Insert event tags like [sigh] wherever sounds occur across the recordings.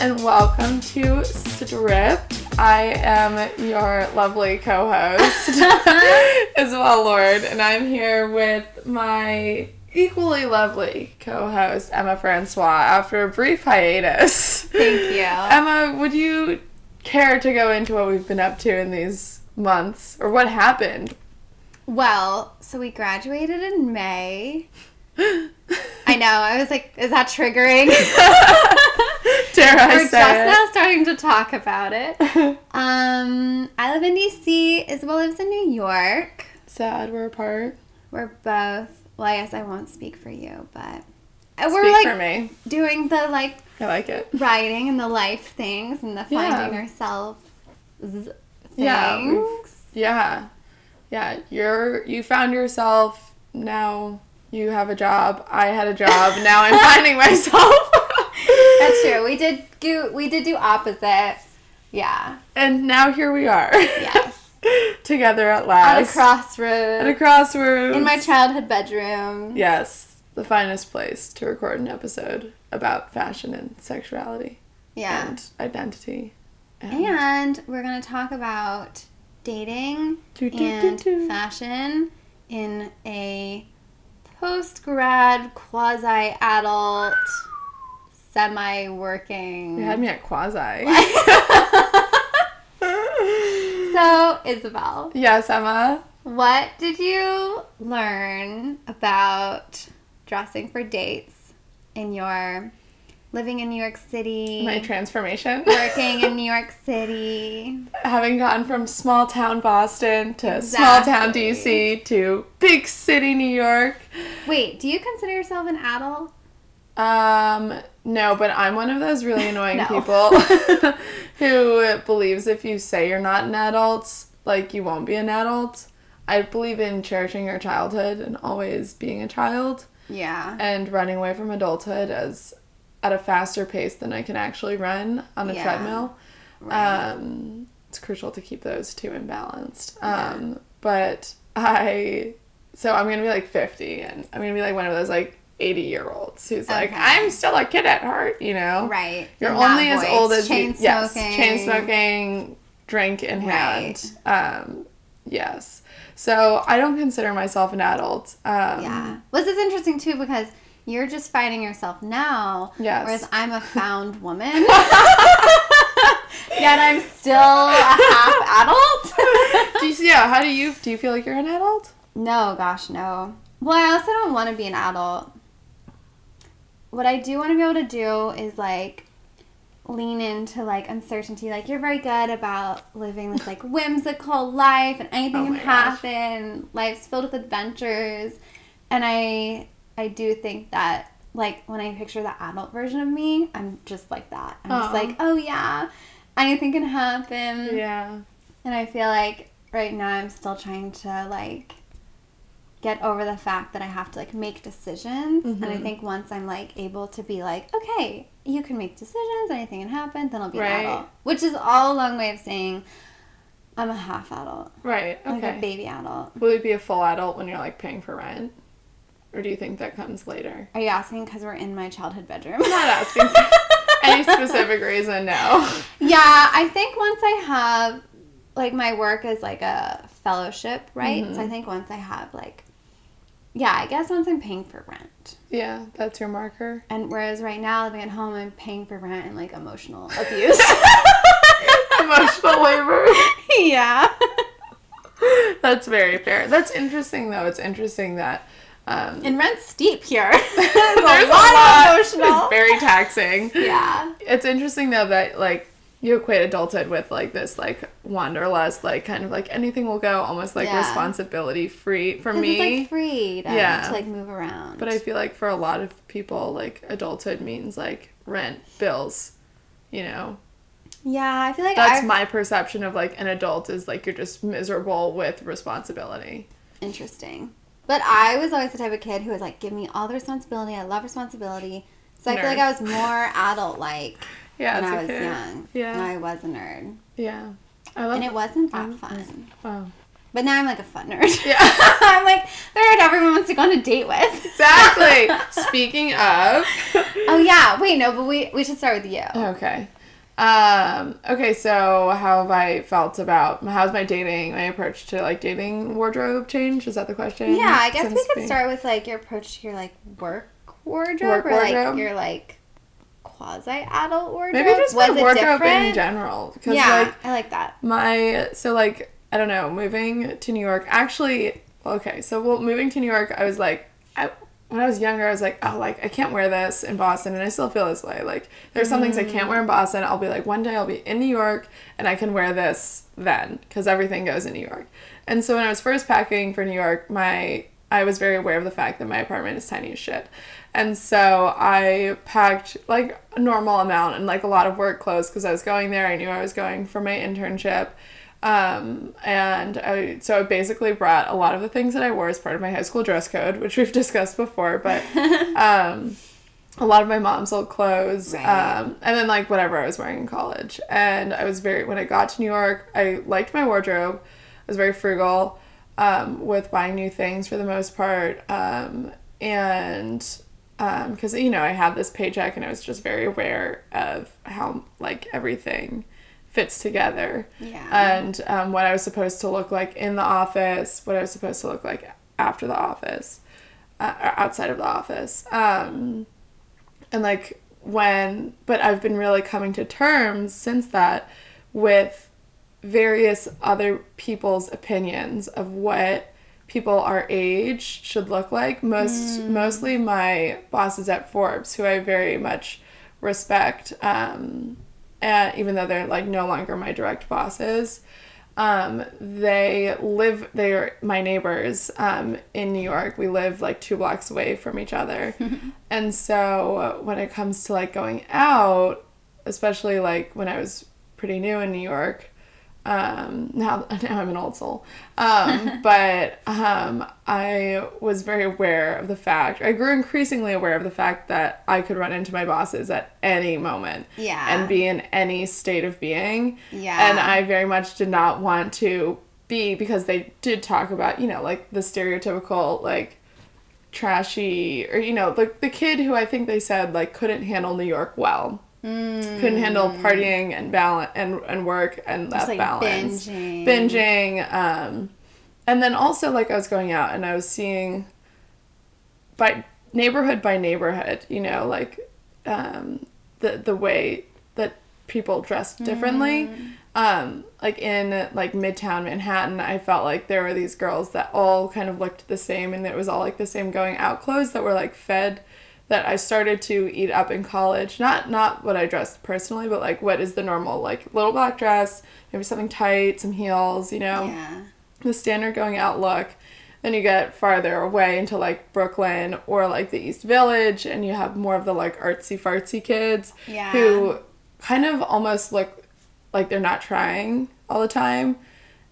and welcome to Stripped. I am your lovely co [laughs] host, [laughs] Isabel Lord, and I'm here with my equally lovely co host, Emma Francois, after a brief hiatus. Thank [laughs] you. Emma, would you care to go into what we've been up to in these months or what [laughs] happened? [laughs] Well, so we graduated in May. I know. I was like, is that triggering? Dare [laughs] I We're just say now starting to talk about it. it? Um, I live in DC. Isabel lives in New York. [laughs] Sad we're apart. We're both. Well, I guess I won't speak for you, but Speak and we're like for me. doing the like I like it. writing and the life things and the Yeah. finding ourselves things. Yeah, we've- Yeah. Yeah. You're you found yourself now you have a job. I had a job. Now [laughs] I'm finding myself. That's true. We did do we did do opposite. Yeah. And now here we are. Yes. [laughs] Together at At a last. crossroad. At a crossroads. in my childhood bedroom. Yes, the finest place to record an episode about fashion and sexuality Yeah. and identity. And we're gonna talk about dating Do, do, do, and do. fashion in a post grad quasi adult semi you working had me at quasi. [laughs] [laughs] So Isabel, yes, Emma. what did you learn about dressing for dates in your living in New York City? My transformation. working in New York City. Having gone from small town Boston to small town Exactly. DC to big city New York. Wait, do you consider yourself an adult? Um, no, but I'm one of those [laughs] really annoying No. people [laughs] who believes if you say you're not an adult, like you won't be an adult. I believe in cherishing your childhood and always being a child Yeah. and running away from adulthood as at a faster pace than I can actually run on a Yeah. treadmill. Right. Um, it's crucial to keep those two in balance. Um, But I, so I'm gonna be like 50, and I'm gonna be like one of those like 80 year olds who's like, Okay. I'm still a kid at heart, you know? Oh, Right. You're In that only as voice, old as chain you, yes, smoking. chain smoking, drink in hand. Um, yes. So I don't consider myself an adult. Um, Yeah. Well, this is interesting too because you're just finding yourself now. Yes. Whereas I'm a found [laughs] woman. [laughs] Yet I'm still a [laughs] half adult. do you, yeah. How do you do? You feel like you're an adult? no, gosh, no. Well, I also don't want to be an adult. What I do want to be able to do is like lean into like uncertainty. Like you're very good about living [laughs] this like whimsical life and anything Oh can my gosh. happen. Life's filled with adventures. And I I do think that like when I picture the adult version of me, I'm just like that. I'm just Aw. like, oh yeah, anything can happen. Yeah. And I feel like right now I'm still trying to like get over the fact that I have to like make decisions. And Mm-hmm. I think once I'm like able to be like, okay, you can make decisions, anything can happen, then I'll be Right. an adult. Which is all a long way of saying I'm a half adult, Right. Okay. like a baby adult. Will you be a full adult when you're like paying for rent? Or do you think that comes later? Are you asking because we're in my [laughs] childhood bedroom? I'm not asking for [laughs] any specific reason now. Yeah, I think once I have like my work is like a fellowship, right? So Mm-hmm. I think once I have like yeah, I guess once I'm paying for rent. Yeah, that's your [laughs] marker. And whereas right now living at home I'm paying for rent and like emotional abuse. [laughs] Emotional labor. yeah. That's very fair. That's interesting though. It's interesting that um And rent's steep here. [laughs] There's a [laughs] there's lot, of emotional. It's very taxing. yeah. It's interesting though that like you equate adulthood with like this like wanderlust, like kind of like anything will go, almost like Yeah. responsibility free for 'Cause me. it's like freed um, Yeah. to like move around. But I feel like for a lot of people, like adulthood means like rent, bills, you know. yeah, I feel like That's I- my perception of like an adult is like you're just miserable with responsibility. Interesting. But I was always the type of kid who was like, give me all the responsibility. I love responsibility. So I feel Nerd. like I was more adult like [laughs] Yeah, when it's I was okay. young. Yeah. Oh, And I was a nerd. Yeah. I And love it wasn't that fun. wow. But But now I'm like a fun nerd. mm-hmm. Yeah. [laughs] I'm like the nerd everyone wants to go on a [laughs] date with. [laughs] Exactly. Speaking of. oh yeah. Wait, no, but we we should start with you. Okay. Um, okay, so how have I felt about how's my dating, my approach to like dating wardrobe change? Is that the question? Yeah, I guess Since we could being- start with like your approach to your like work wardrobe Work or wardrobe? like your like quasi adult wardrobe. Maybe just was my it wardrobe in different? general. Because Yeah, like I like that. my so like I don't know, moving to New York actually okay, so well moving to New York I was like I when I was younger I was like, oh like I can't wear this in Boston and I still feel this way. Like there's some things I can't wear in Boston. I'll be like one day I'll be in New York and I can wear this then because everything goes in New York. And so when I was first packing for New York, my I was very aware of the fact that my apartment is tiny as shit. And so I packed like a normal amount and like a lot of work clothes because I was going there. I knew I was going for my internship. Um, and I, so I basically brought a lot of the things that I wore as part of my high school dress code, which we've [laughs] discussed before, but um, a lot of my mom's old clothes. Right. Um, and then like whatever I was wearing in college. And I was very, when I got to New York, I liked my wardrobe. I was very frugal um, with buying new things for the most part. Um, and because, you know, I had this paycheck and I was just very aware of how like everything fits together Yeah. and um, what I was supposed to look like in the office, what I was supposed to look like after the office, uh, or outside of the office. Um, and like when, but I've been really coming to terms since that with various other people's opinions of what people our age should look like. Most mostly my bosses at Forbes, who I very much respect, um, and even though they're like no longer my direct bosses. Um, they live, they are my neighbors um, in New York. We live like two blocks away from each other. and so when it comes to like going out, especially like when I was pretty new in New York, um, now, [laughs] now I'm an old soul. Um, but um, I was very aware of the fact, I grew increasingly aware of the fact that I could run into my bosses at any moment Yeah. and be in any state of being. Yeah. And I very much did not want to be because they did talk about, you know, like the stereotypical, like, trashy or you know like the kid who i think they said like couldn't handle new york well Mm. couldn't handle partying and balance and, and work and that like, balance binging. binging um and then also like i was going out and i was seeing by neighborhood by neighborhood you know like um the the way that people dressed differently um like in like midtown manhattan i felt like there were these girls that all kind of looked the same and it was all like the same going out clothes that were like fed that i started to eat up in college not not what i dressed personally but like what is the normal like little black dress maybe something tight some heels you know yeah. the standard going out look. Then you get farther away into like Brooklyn or like the East Village, and you have more of the like artsy fartsy kids Yeah. who kind of almost look like they're not trying all the time.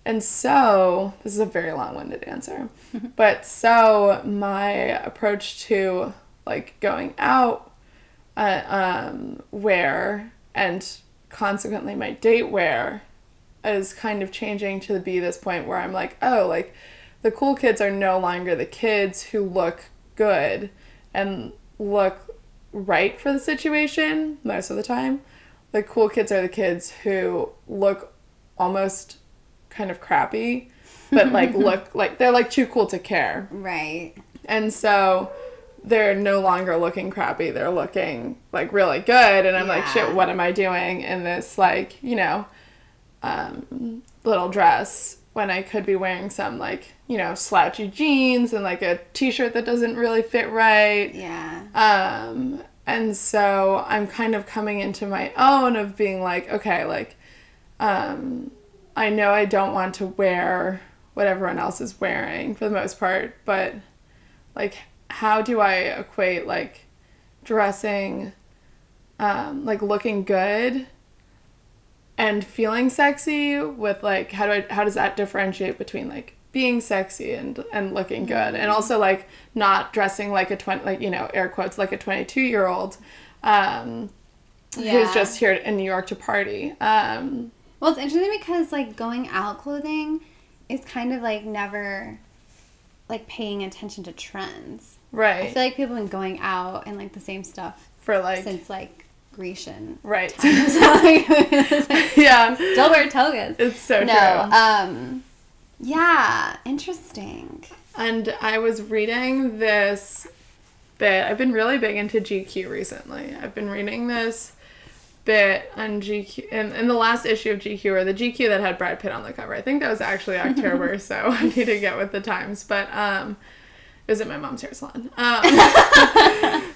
And so, this is a very long winded answer, but so my approach to like going out uh, um, wear and consequently my date wear is kind of changing to be this point where I'm like, oh, like the cool kids are no longer the kids who look good and look right for the situation most of the time. The cool kids are the kids who look almost kind of crappy, but like look like they're like too cool to care. Right. And so they're no longer looking crappy. They're looking like really good. And I'm like, Yeah. shit, what am I doing in this, like, you know, um, little dress when I could be wearing some, like, you know, slouchy jeans and like a t shirt that doesn't really fit right. Yeah. Um, and so I'm kind of coming into my own of being like, okay, like, um, I know I don't want to wear what everyone else is wearing for the most part, but like, how do I equate like dressing, um, like looking good and feeling sexy with like how do I how does that differentiate between like being sexy and and looking good and also like not dressing like a 20 like you know air quotes like a 22 year old um who's Yeah. just here in New York to party um Well, it's interesting because like going out clothing is kind of like never like paying attention to trends. I Right. feel like people have been going out and like the same stuff For like since like [laughs] Grecian. [laughs] right. So, like, [laughs] it's like, [laughs] yeah. Still wear togas. It's so no, true. um, yeah, interesting. And I was reading this bit. I've been really big into GQ recently. I've been reading this bit on GQ in, in the last issue of GQ or the GQ that had Brad Pitt on the cover. I think that was [laughs] actually October, so [laughs] I need to get with the times. But um it was at my mom's hair salon. Um,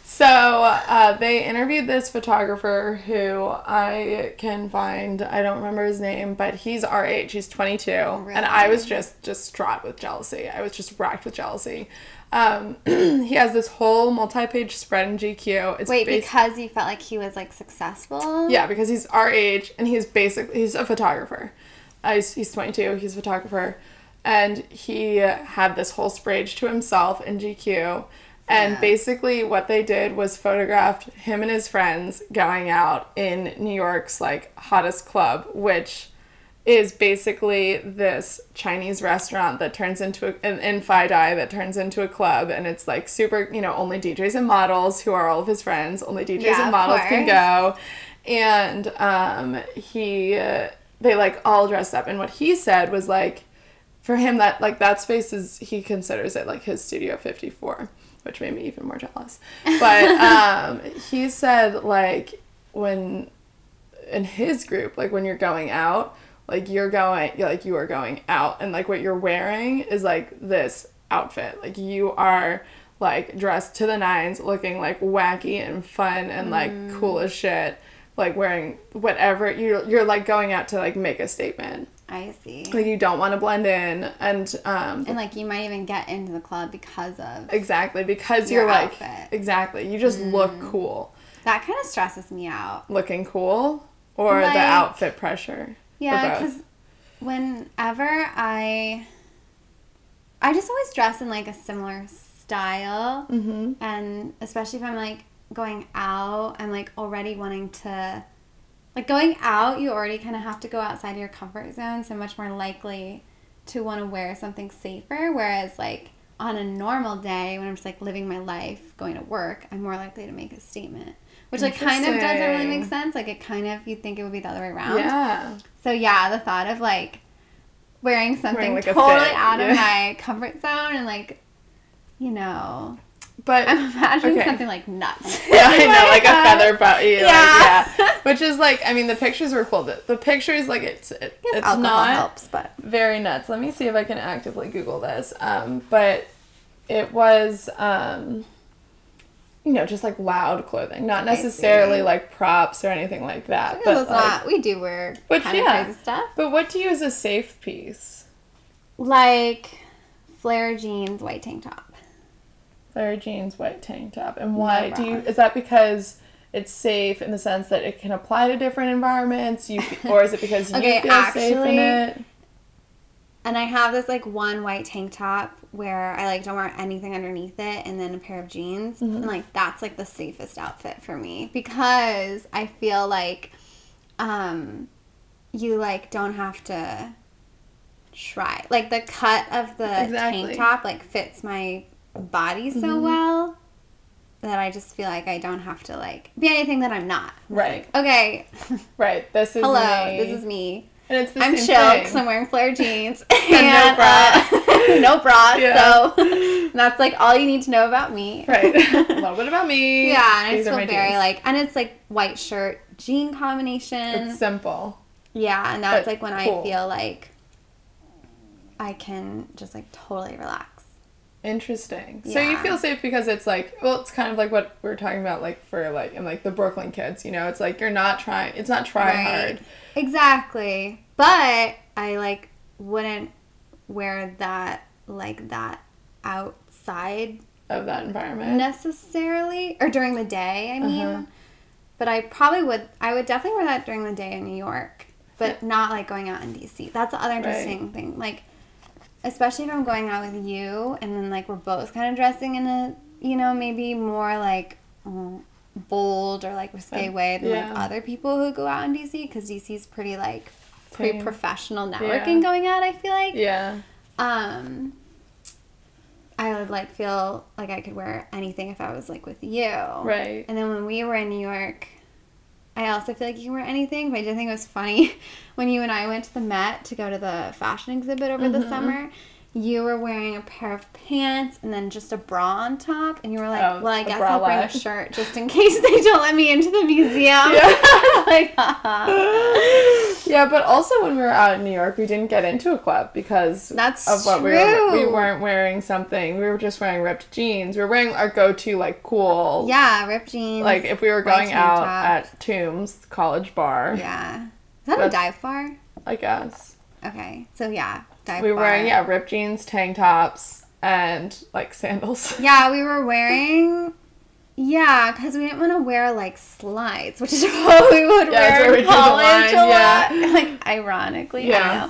so uh, they interviewed this photographer who I can find. I don't remember his name, but he's our age. He's 22, and I was just distraught with jealousy. I was just racked with jealousy. Um, [clears throat] he has this whole multi-page spread in GQ. It's Wait, basi- because you felt like he was like successful? yeah, because he's our age and he's basically he's a photographer. Uh, he's, he's 22. He's a photographer, and he had this whole sprage to himself in GQ. And Yeah. basically, what they did was photographed him and his friends going out in New York's like hottest club, which is basically this Chinese restaurant that turns into a, in, in Phi Dai that turns into a club, and it's like super, you know, only DJs and models who are all of his friends, only DJs Yeah, and of models can go course. go. and um, he uh, they like all dressed up and what he said was like for him that like that space is he considers it like his studio 54 which made me even more jealous but [laughs] um, he said like when in his group like when you're going out like you're going you're, like you are going out and like what you're wearing is like this outfit like you are like dressed to the nines looking like wacky and fun and like Mm. cool as shit like wearing whatever you you're like going out to like make a statement I see. like you don't want to blend in and um and like you might even get into the club because of exactly because Your you're like outfit. Mm. exactly you just look cool that kind of stresses me out. looking cool or Like- the outfit pressure or both. Yeah, because whenever I, I just always dress in like a similar style, mm-hmm. and especially if I'm like going out, I'm like already wanting to, like going out, you already kind of have to go outside your comfort zone, so much more likely to want to wear something safer. Whereas like on a normal day when I'm just like living my life, going to work, I'm more likely to make a statement. Which like kind of doesn't really make Interesting. sense. Like it kind of you would think it would be the other way around. yeah So yeah, the thought of like wearing something like, a totally fit, out yeah. of my comfort zone and like, you know, [laughs] but I'm imagining Okay. something like nuts. [laughs] yeah, I know, like a God. feather body. Yeah, Yeah. like, [laughs] yeah. Which is like, I mean, the pictures were cool. The, the pictures, like, it's it, I guess it's [laughs] alcohol not helps, but very nuts. Let me see if I can actively Google this. Um, but it was, um, you know, just like loud clothing, not necessarily like props or anything like that. it but was like- not. We do wear Which, kind yeah. of crazy stuff But what do you as a safe piece? like flare jeans, white tank top. Flare jeans, white tank top, and why do you? bra. Is that because? It's safe in the sense that it can apply to different environments. You, f- or is it because you [laughs] Okay, feel safe in actually, it? And I have this like one white tank top where I like don't wear anything underneath it and then a pair of jeans. And like that's like the safest outfit for me because I feel like um you like don't have to try. Like the cut of the Exactly. tank top like fits my body so well that I just feel like I don't have to like be anything that I'm not. It's Right. like, okay. Right. This is Hello. me. This is me. and it's the I'm same chill because thing. I'm wearing [laughs] flare jeans no and uh, [laughs] no bra. [laughs] Yeah. So [laughs] that's like all you need to know about me. [laughs] right. A little bit about me. Yeah, and I These just are feel my very jeans. like, and it's like white shirt jean combination. it's simple. yeah, and that's but like when cool. I feel like I can just like totally relax. Interesting. So you Yeah. feel safe because it's like well, it's kind of like what we were talking about, like for like and like the Brooklyn kids. You know, it's like you're not trying. It's not try hard. Exactly. But I like wouldn't wear that like that outside Of that environment. necessarily or during the day i Uh-huh. mean but i probably would i would definitely wear that during the day in new york but not like going out in dc that's the other interesting thing like especially if i'm going out with you and then like we're both kind of dressing in a you know maybe more like mm, bold or like risque way than yeah. like other people who go out in dc because dc's pretty like pretty Same. professional networking going on, I feel like. Yeah. Um I would like feel like I could wear anything if I was like with you. Right. And then when we were in New York, I also feel like you can wear anything, but I did think it was funny [laughs] when you and I went to the Met to go to the fashion exhibit over Mm-hmm. the summer. You were wearing a pair of pants and then just a bra on top, and you were like, Oh, "Well, I a guess I'll bring a bralette. shirt just in [laughs] case they don't let me into the museum." [laughs] I was like, "Ah, "Haha." [laughs] Yeah, but also when we were out in New York, we didn't get into a club because That's of what we were. We true. weren't wearing something. We were just wearing ripped jeans. We were wearing our go-to like cool. "Yeah, ripped jeans." Like if we were white going tank out top. at Tombs College Bar, yeah, is that a That's- dive bar? I guess Okay, so yeah, dive we were bar. wearing yeah ripped jeans, tank tops, and like [laughs] sandals. Yeah, we were wearing. Yeah, because we didn't want to wear like slides, which is [laughs] what we would Yeah, that's wear what we in do the college line, a yeah. lot. [laughs] Like ironically, Yeah.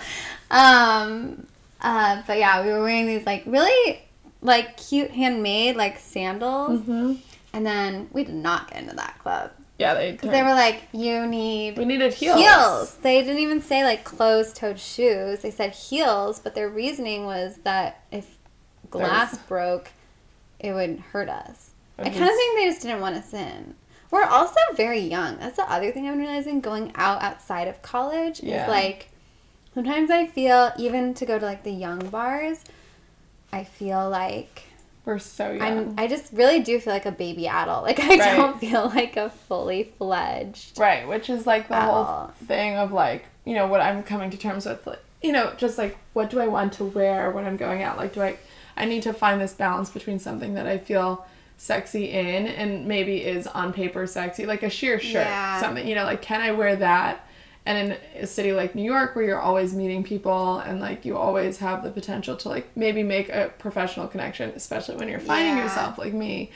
I don't know. Um, uh, but yeah, we were wearing these like really like cute handmade like sandals, hmm and then we did not get into that club. Yeah, they. 'Cause They were like, you need we needed heels. heels. They didn't even say like closed-toed shoes. They said heels, but their reasoning was that if glass broke, it would hurt us. I Which kind of is- think they just didn't want us in. We're also very young. That's the other thing I've been realizing going out outside of college Yeah. is like sometimes I feel even to go to like the young bars, I feel like We're so young. I'm I just really do feel like a baby adult. Like I Right. don't feel like a fully fledged Right, which is like the at whole all. thing of like, you know, what I'm coming to terms with, like, you know, just like what do I want to wear when I'm going out? Like, do I, I need to find this balance between something that I feel sexy in and maybe is on paper sexy, like a sheer shirt, Yeah. something, you know, like can I wear that? And in a city like New York, where you're always meeting people and like you always have the potential to like maybe make a professional connection, especially when you're finding Yeah. yourself like me,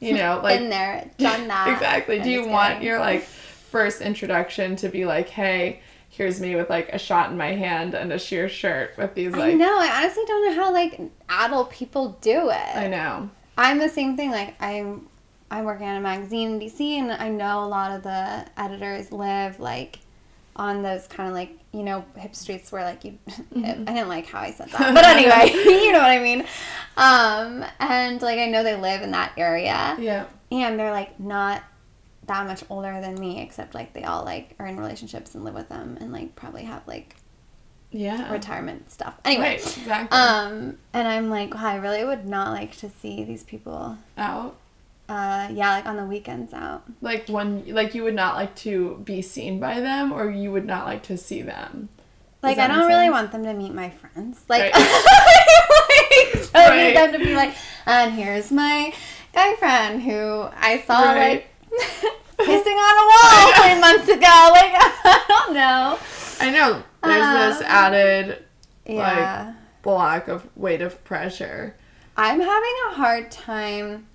you know, like [laughs] been there, done that. exactly. I'm Do you just want kidding. your like first introduction to be like, hey, here's me with like a shot in my hand and a sheer shirt with these I like know. I honestly don't know how like adult people do I it. know. I'm the same thing. Like I'm, I'm working on a magazine in DC, and I know a lot of the editors live like on those kind of like you know hip streets where like you. [laughs] Mm-hmm. I didn't like how I said [laughs] that, but anyway, [laughs] you know what I mean. Um, and like I know they live in that area, Yeah. and they're like not that much older than me, except like they all like are in relationships and live with them, and like probably have like Yeah. retirement stuff. Anyway, Oh. Right, exactly. um, and I'm like, wow, I really would not like to see these people. Out. Uh, yeah, like on the weekends out. Like when like you would not like to be seen by them or you would not like to see them. Like, that I don't make really sense? want them to meet my friends. Like, Right. like, [laughs] I Right. need them to be like, and here's my guy friend who I saw Right. [laughs] like [laughs] pissing on a wall three months ago. Like, [laughs] I don't know. I know. There's Um, this added Yeah. block of weight of pressure. I'm having a hard time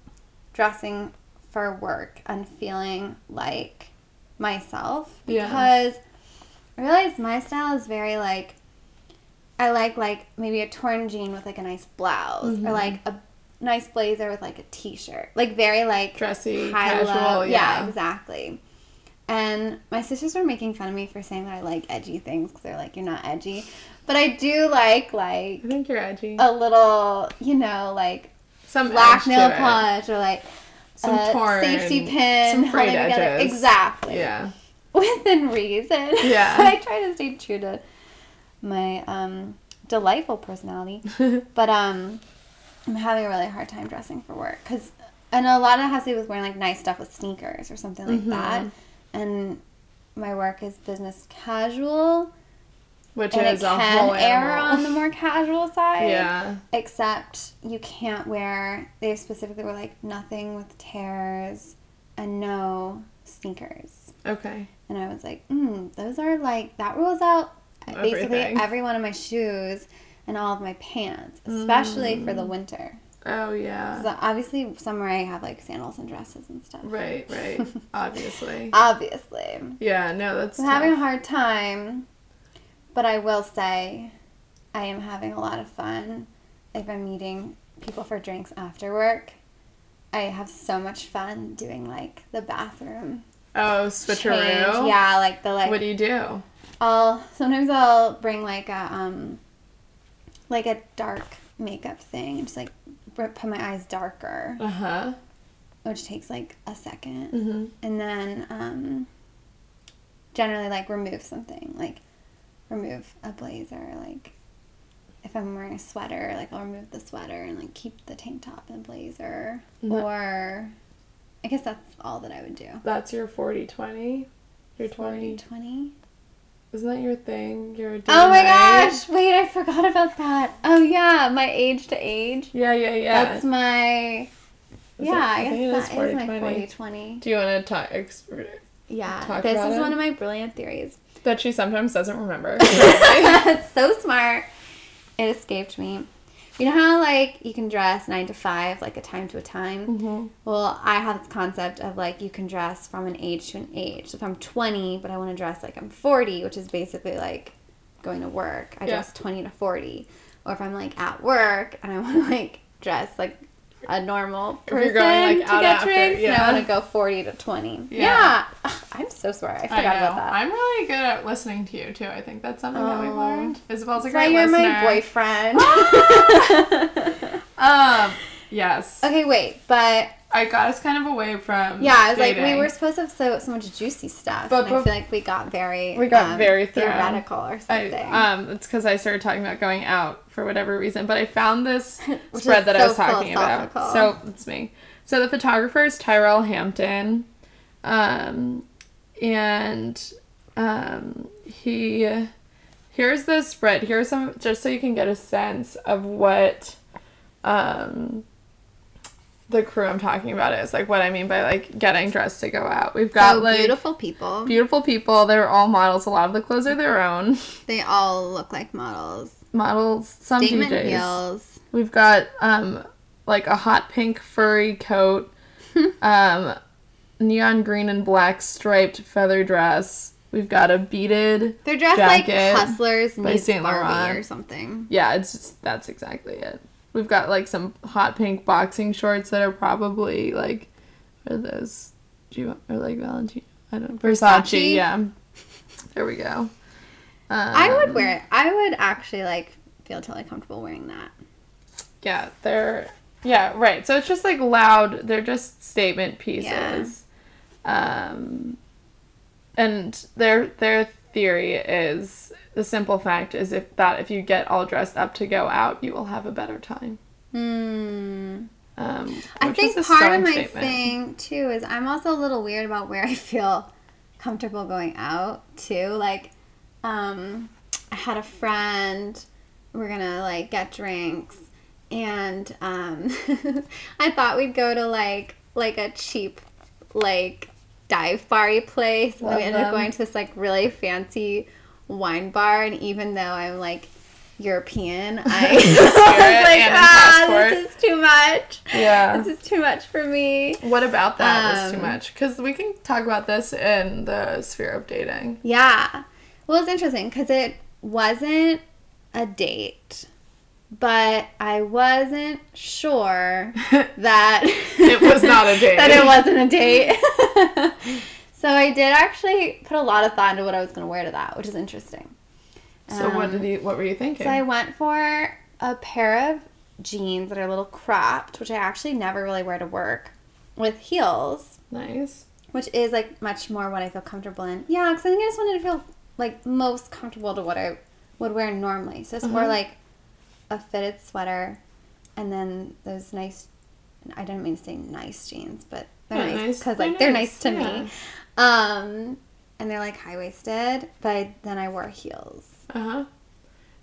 dressing for work and feeling like myself Yeah. because I realize my style is very like I like like maybe a torn jean with like a nice blouse Mm-hmm. or like a nice blazer with like a t-shirt. Like very like Dressy, high-low- casual, yeah. exactly. And my sisters were making fun of me for saying that I like edgy things because they're like, you're not edgy. But I do like, like, I think you're edgy. a little, you know, like Some edge Oh, black to nail it. polish or like Some a torn, safety pin some frayed holding together. edges. Exactly. Yeah. [laughs] Within reason. Yeah. [laughs] I try to stay true to my um, [laughs] delightful personality, but um, I'm having a really hard time dressing for work because, and a lot of it has to do with wearing like nice stuff with sneakers or something like Mm-hmm. that, and my work is business casual. Which And it is a whole can err animal. on the [laughs] more casual [laughs] side Yeah. except you can't wear they specifically were like nothing with tears and no sneakers Okay. and i was like mm, those are like that rules out basically Everything. Mm. every one of my shoes and all of my pants especially for the winter Oh yeah. so obviously summer i have like sandals and dresses and stuff [laughs] Right, right. Obviously. obviously Yeah, no, that's i'm having a tough. hard time but i will say i am having a lot of fun if i'm meeting people for drinks after work i have so much fun doing like the bathroom Oh, switcheroo. change. yeah like the like What do you do? I'll sometimes I'll bring like a um like a dark makeup thing and just like br- put my eyes darker, Uh Uh-huh. huh. which takes like a 2nd Mm-hmm. and then um generally like remove something like remove a blazer like if I'm wearing a sweater, like I'll remove the sweater and like keep the tank top and blazer. No. Or I guess that's all that I would do. That's your 40 20. Your 40 20. 20. Isn't that your thing? Your Oh my DNA? gosh, wait, I forgot about that. Oh yeah, my age to age. Yeah, yeah, yeah. That's my Is Yeah, it- I, I think it guess is that is my 40-20. 40 20. Do you want to talk? Expert? Yeah, Talk this about is it. one of my brilliant theories. That she sometimes doesn't [laughs] remember. it's [laughs] so smart. It escaped me. You know how like you can dress nine to five, like a time to a time. Mhm. Well, I have this concept of like you can dress from an age to an age. So if I'm 20, but I want to dress like I'm 40, which is basically like going to work, I Yeah. dress 20 to 40. Or if I'm like at work and I [laughs] want to like dress like a normal If person you're going, like, to out get after, drinks, and yeah. I want to go 40 to 20. Yeah. Yeah. [laughs] Ugh, I'm so smart. I forgot I know. about that. I'm really good at listening to you too. I think that's something that we've Oh. learned. Isabel's a That's why great you're listener. my boyfriend. [laughs] Um, yes. okay, wait, but I got us kind of away from. yeah, I was like, we dating. were supposed to have so so much juicy stuff, But- but, but- I feel like we got very um, We got very thorough. theoretical I, or something. um, it's because I started talking about going out for whatever reason, but I found this [laughs] Which spread is that I so was talking about. So philosophical. it's me. So the photographer is Tyrell Hampton, um, and um, he here's the spread. Here's some just so you can get a sense of what um, the crew I'm talking about is like. What I mean by like getting dressed to go out. We've got so like beautiful people. beautiful people. They're all models. A lot of the clothes are their own [laughs] they all look like models. models, some Statement DJs. heels. We've got um like a hot pink furry [laughs] coat, um neon green and black striped feather dress. We've got a beaded They're dressed Jacket like hustlers by meets Saint Laurent. Barbie or something. Yeah, it's just that's exactly it. We've got like some hot pink boxing shorts that are probably like what are those do you or like Valentino? I don't Versace, Versace? yeah. There we go. Um, I would wear it. I would actually like feel totally comfortable wearing that. Yeah, they're yeah, right. So it's just like loud, they're just statement pieces. Um and their their theory is the simple fact is if that if you get all dressed up to go out, you will have a better time. Hmm. Um I which is think a part strong of my statement. thing too is I'm also a little weird about where I feel comfortable going out too. Like, um, I had a friend. We're gonna like get drinks, and um, [laughs] I thought we'd go to like like a cheap like dive bar place. And then Love we ended up them. going to this like really fancy wine bar, and even though I'm like European, I [laughs] was Spirit like, and a ah, passport." this is it's too much. Yeah. This is too much for me. What about that is too Um, much? Because we can talk about this in the sphere of dating. Yeah. Well, it's interesting because it wasn't a date, but I wasn't [laughs] sure that It was not [laughs] a date. that it wasn't a date. [laughs] so I did actually put a lot of thought into what I was going to wear to that, which is interesting. So what Um, did you what were you thinking? So I went for a pair of jeans that are a little cropped, which I actually never really wear to work, with heels. nice. which is like much more what I feel comfortable in. Yeah, because I think I just wanted to feel like most comfortable to what I would wear normally. So it's more Mhm. like a fitted sweater, and then those nice. I didn't mean to say nice jeans, but they're Yeah, nice nice- because they're like they're nice, nice to yeah. me. Um, and they're like high waisted, but then I wore heels, Uh huh.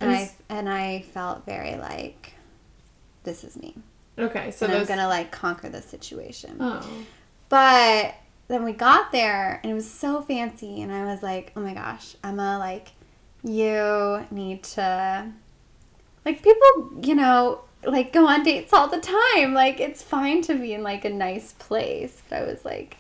and I Is- and I felt very like, this is me, Okay, so and I'm those gonna like conquer this situation. Oh. But then we got there and it was so fancy and I was like, "Oh my gosh, Emma, like you need to like people, you know, like go on dates all the time. Like it's fine to be in like a nice place." But I was like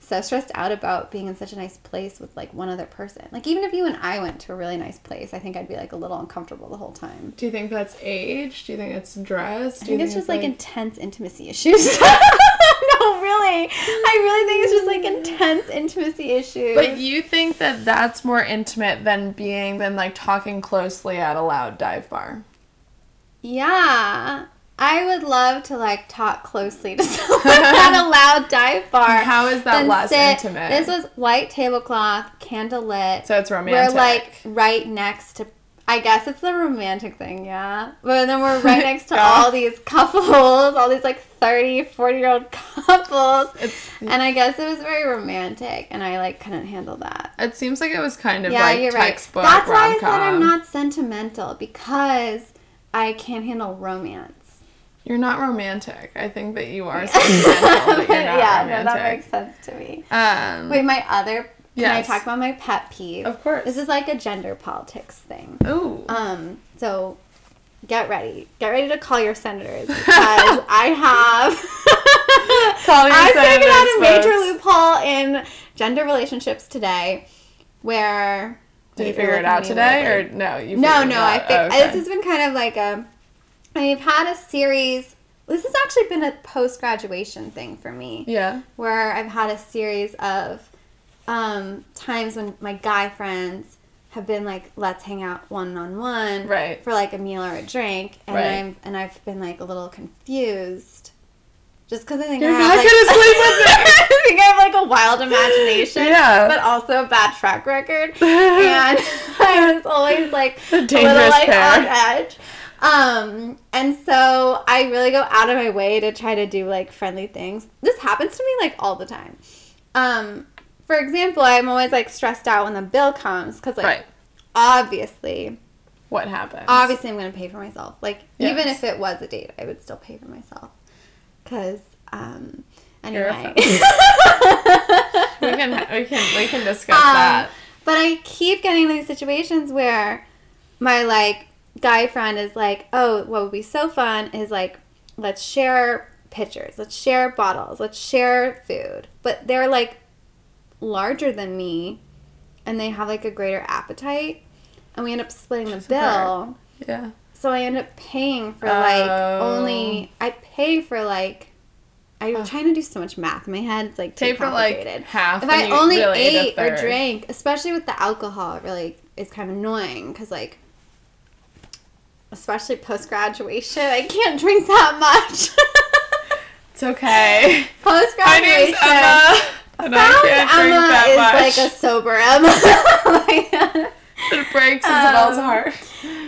so stressed out about being in such a nice place with like one other person. Like even if you and I went to a really nice place, I think I'd be like a little uncomfortable the whole time. Do you think that's age? Do you think it's dress? I Do you think it's just like, like intense intimacy issues. [laughs] no, really, say. I really think it's just like intense intimacy issues. But you think that that's more intimate than being than like talking closely at a loud dive bar. yeah, I would love to like talk closely to [laughs] someone [laughs] at a loud dive bar. How is that than less sit- intimate? This was white tablecloth, candlelit. so it's we're romantic. like right next to. I guess it's the romantic thing, yeah. But then [laughs] we're right next to Yeah. all these couples, all these like 30, 40 year old [laughs] couples. it's, And I guess it was very romantic, and I like couldn't handle that. it seems like it was kind of yeah, like you're right. textbook That's why I rom-com. said I'm not sentimental because I can't handle romance. You're not romantic. I think that you [laughs] are sentimental, but you're not yeah, no, romantic. that makes sense to me. Um, Wait, my other. Can Yes. I talk about my pet peeve? Of course. This is like a gender politics thing. Ooh. Um, so get ready. Get ready to call your [laughs] senators because I have Call your [laughs] I figured out a senators, major folks. loophole in gender relationships today where Did you Wait, figure you're it out looking at me today, weirdly. or no? You No, figured it no, I out. think Oh, okay. this has been kind of like a I've had a series this has actually been a post graduation thing for me yeah. where I've had a series of um, times when my guy friends have been like, let's hang out one on one, Right. for like a meal or a drink, and Right. I'm and I've been like a little confused, just because I think You're I have, not like, gonna sleep [laughs] with me. I think I have [laughs] like a wild imagination, Yeah. but also a bad track [laughs] record, and [laughs] I was always like A a little dangerous like pair. on edge. Um, and so I really go out of my way to try to do like friendly things. This happens to me like all the time. Um, for example, I'm always like stressed out when the bill comes because like Right. obviously, What happened? obviously I'm gonna pay for myself. Like even Yes. if it was a date, I would still pay for myself because um, You're a anyway. [laughs] we can we can we can discuss Um, that. But I keep getting these situations where my like guy friend is like, "Oh, what would be so fun is like, let's share pitchers, let's share bottles, let's share food." But they're like larger than me, and they have like a greater appetite, and we end up splitting the bill. Yeah. So I end up paying for like Oh. only I pay for like I'm trying to do so much math in my head. It's like too Pay for like complicated half. if and I you only really ate a ate or third. drank, especially with the alcohol, it really is kind of annoying because, like, especially post graduation, I can't drink that much. [laughs] It's okay. post My name's graduation, Emma, and I can't drink Emma is that much. like a sober [laughs] Oh Emma. [laughs] it breaks Isabel's um, heart.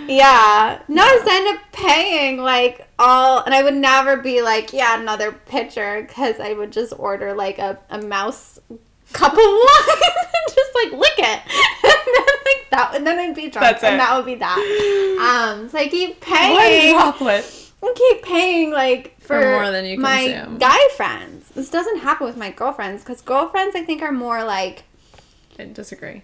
yeah, no, I just end up paying like all, and I would never be like, yeah, another pitcher because I would just order like a, a mouse cup of [laughs] wine and just like lick it. [laughs] And then like that and then I'd be drunk That's and it. that would be that. Um so I keep One paying droplet. I keep paying like for, more than you my consume. guy friends. This doesn't happen with my girlfriends because girlfriends I think are more like I disagree.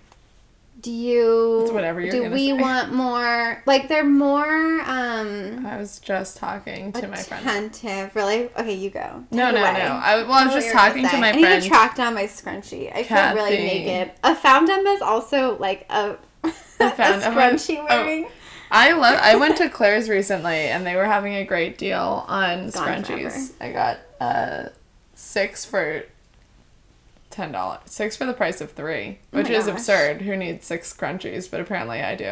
do you It's whatever you're do gonna we say. want more like they're more um I was just talking to my friend. attentive really okay you go No, Take no, away. no. I, well, I was What just were you gonna talking to say? my I need friend. to track down my scrunchie. I feel really Kathy. naked. A foundum is also like a, [laughs] a, foundum. scrunchie Oh. wearing. I love. [laughs] I went to Claire's recently, and they were having a great deal on Gone scrunchies. I got uh, six for ten dollars. Six for the price of three, Oh my which is gosh. absurd. Who needs six scrunchies? But apparently, I do.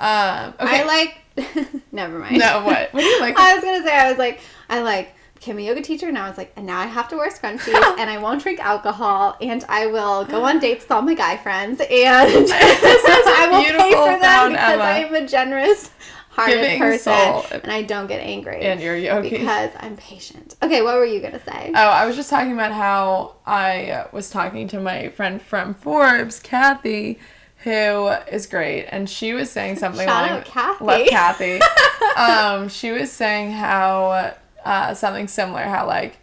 Um, okay. I like. [laughs] never [laughs] mind. no, what? What do you like? I was gonna say I was like I like became a yoga teacher and I was like and now I have to [laughs] wear scrunchies and I won't drink alcohol and I will [gasps] go on dates with all my guy friends and [laughs] I will pay beautiful for them found because Emma. I am a generous hearted Giving person soul. and I don't get angry and your yogi. because I'm patient. Okay, what were you gonna say? Oh, I was just talking about how I uh, was talking to my friend from Forbes, Kathy, who is great, and she was saying something. Shout along- out Kathy. Love [laughs] Kathy. um, she was saying how uh, something similar, how like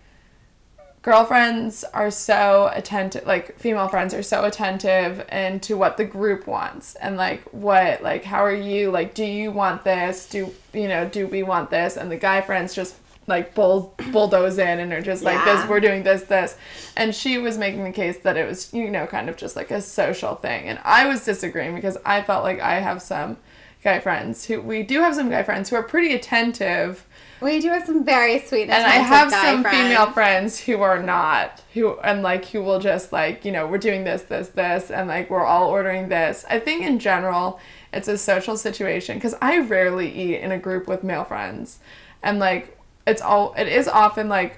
girlfriends are so attentive like female friends are so attentive and to what the group wants and like what like how are you like do you want this do you know do we want this and the guy friends just like bull bulldoze in and are just like Yeah. this we're doing this this and she was making the case that it was you know kind of just like a social thing and i was disagreeing because i felt like i have some guy friends who we do have some guy friends who are pretty attentive, We do have some very sweet and I attentive have guy some friends. female friends who are not who and like who will just like you know we're doing this this this and like we're all ordering this. I think in general it's a social situation because I rarely eat in a group with male friends, and like it's all it is often like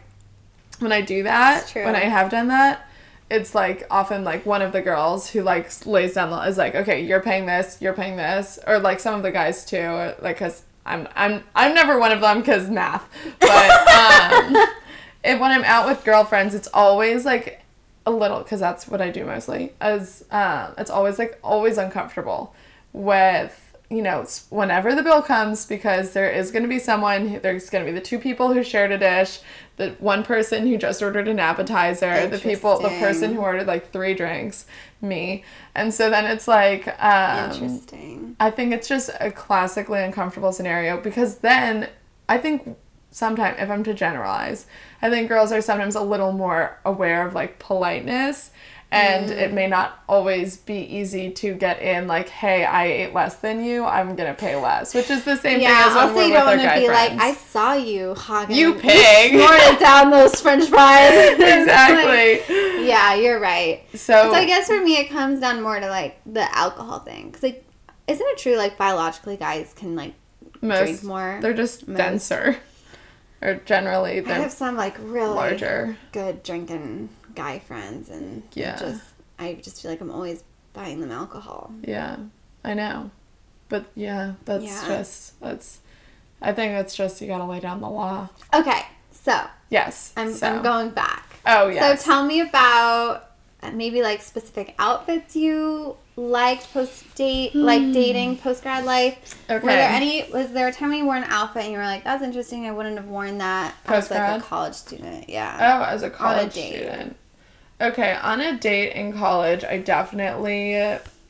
when I do that It's true. when I have done that. It's like often like one of the girls who like lays down the is like okay you're paying this you're paying this or like some of the guys too like because I'm I'm I'm never one of them because math [laughs] but um, and when I'm out with girlfriends, it's always like a little because that's what I do mostly. As um, it's always like always uncomfortable with you know s- whenever the bill comes because there is going to be someone who- there's going to be the two people who shared a dish the one person who just ordered an appetizer the people the person Interesting. who ordered like three drinks me and so then it's like um, Interesting. I think it's just a classically uncomfortable scenario because then I think sometimes, if I'm to generalize, I think girls are sometimes a little more aware of like politeness. And Mm. it may not always be easy to get in, like, hey, I ate less than you, I'm gonna pay less, which is the same Yeah, thing as when also we're you with don't our want to guy be friends. like, I saw you hogging. [laughs] You [laughs] pig. [laughs] snorted down those French fries. exactly. [laughs] yeah, you're right. So, So I guess for me, it comes down more to like the alcohol thing, 'Cause, like, isn't it true like biologically guys can like drink most, more? they're just most- denser. [laughs] Or generally, I they're have some like really larger. good drinking guy friends, and Yeah. yeah, just I just feel like I'm always buying them alcohol. Yeah, I know. But yeah, that's Yeah. just that's. I think that's just you gotta lay down the law. Okay, so Yes. I'm so- I'm going back. Oh yes. So tell me about uh, maybe like specific outfits you liked post date, like dating post grad life. Were there Okay. any? Was there a time when you wore an outfit and you were like, "That's interesting. I wouldn't have worn that." as like Post-grad? a college student. oh, Yeah. as a college date. student. Okay, on a date in college, I definitely,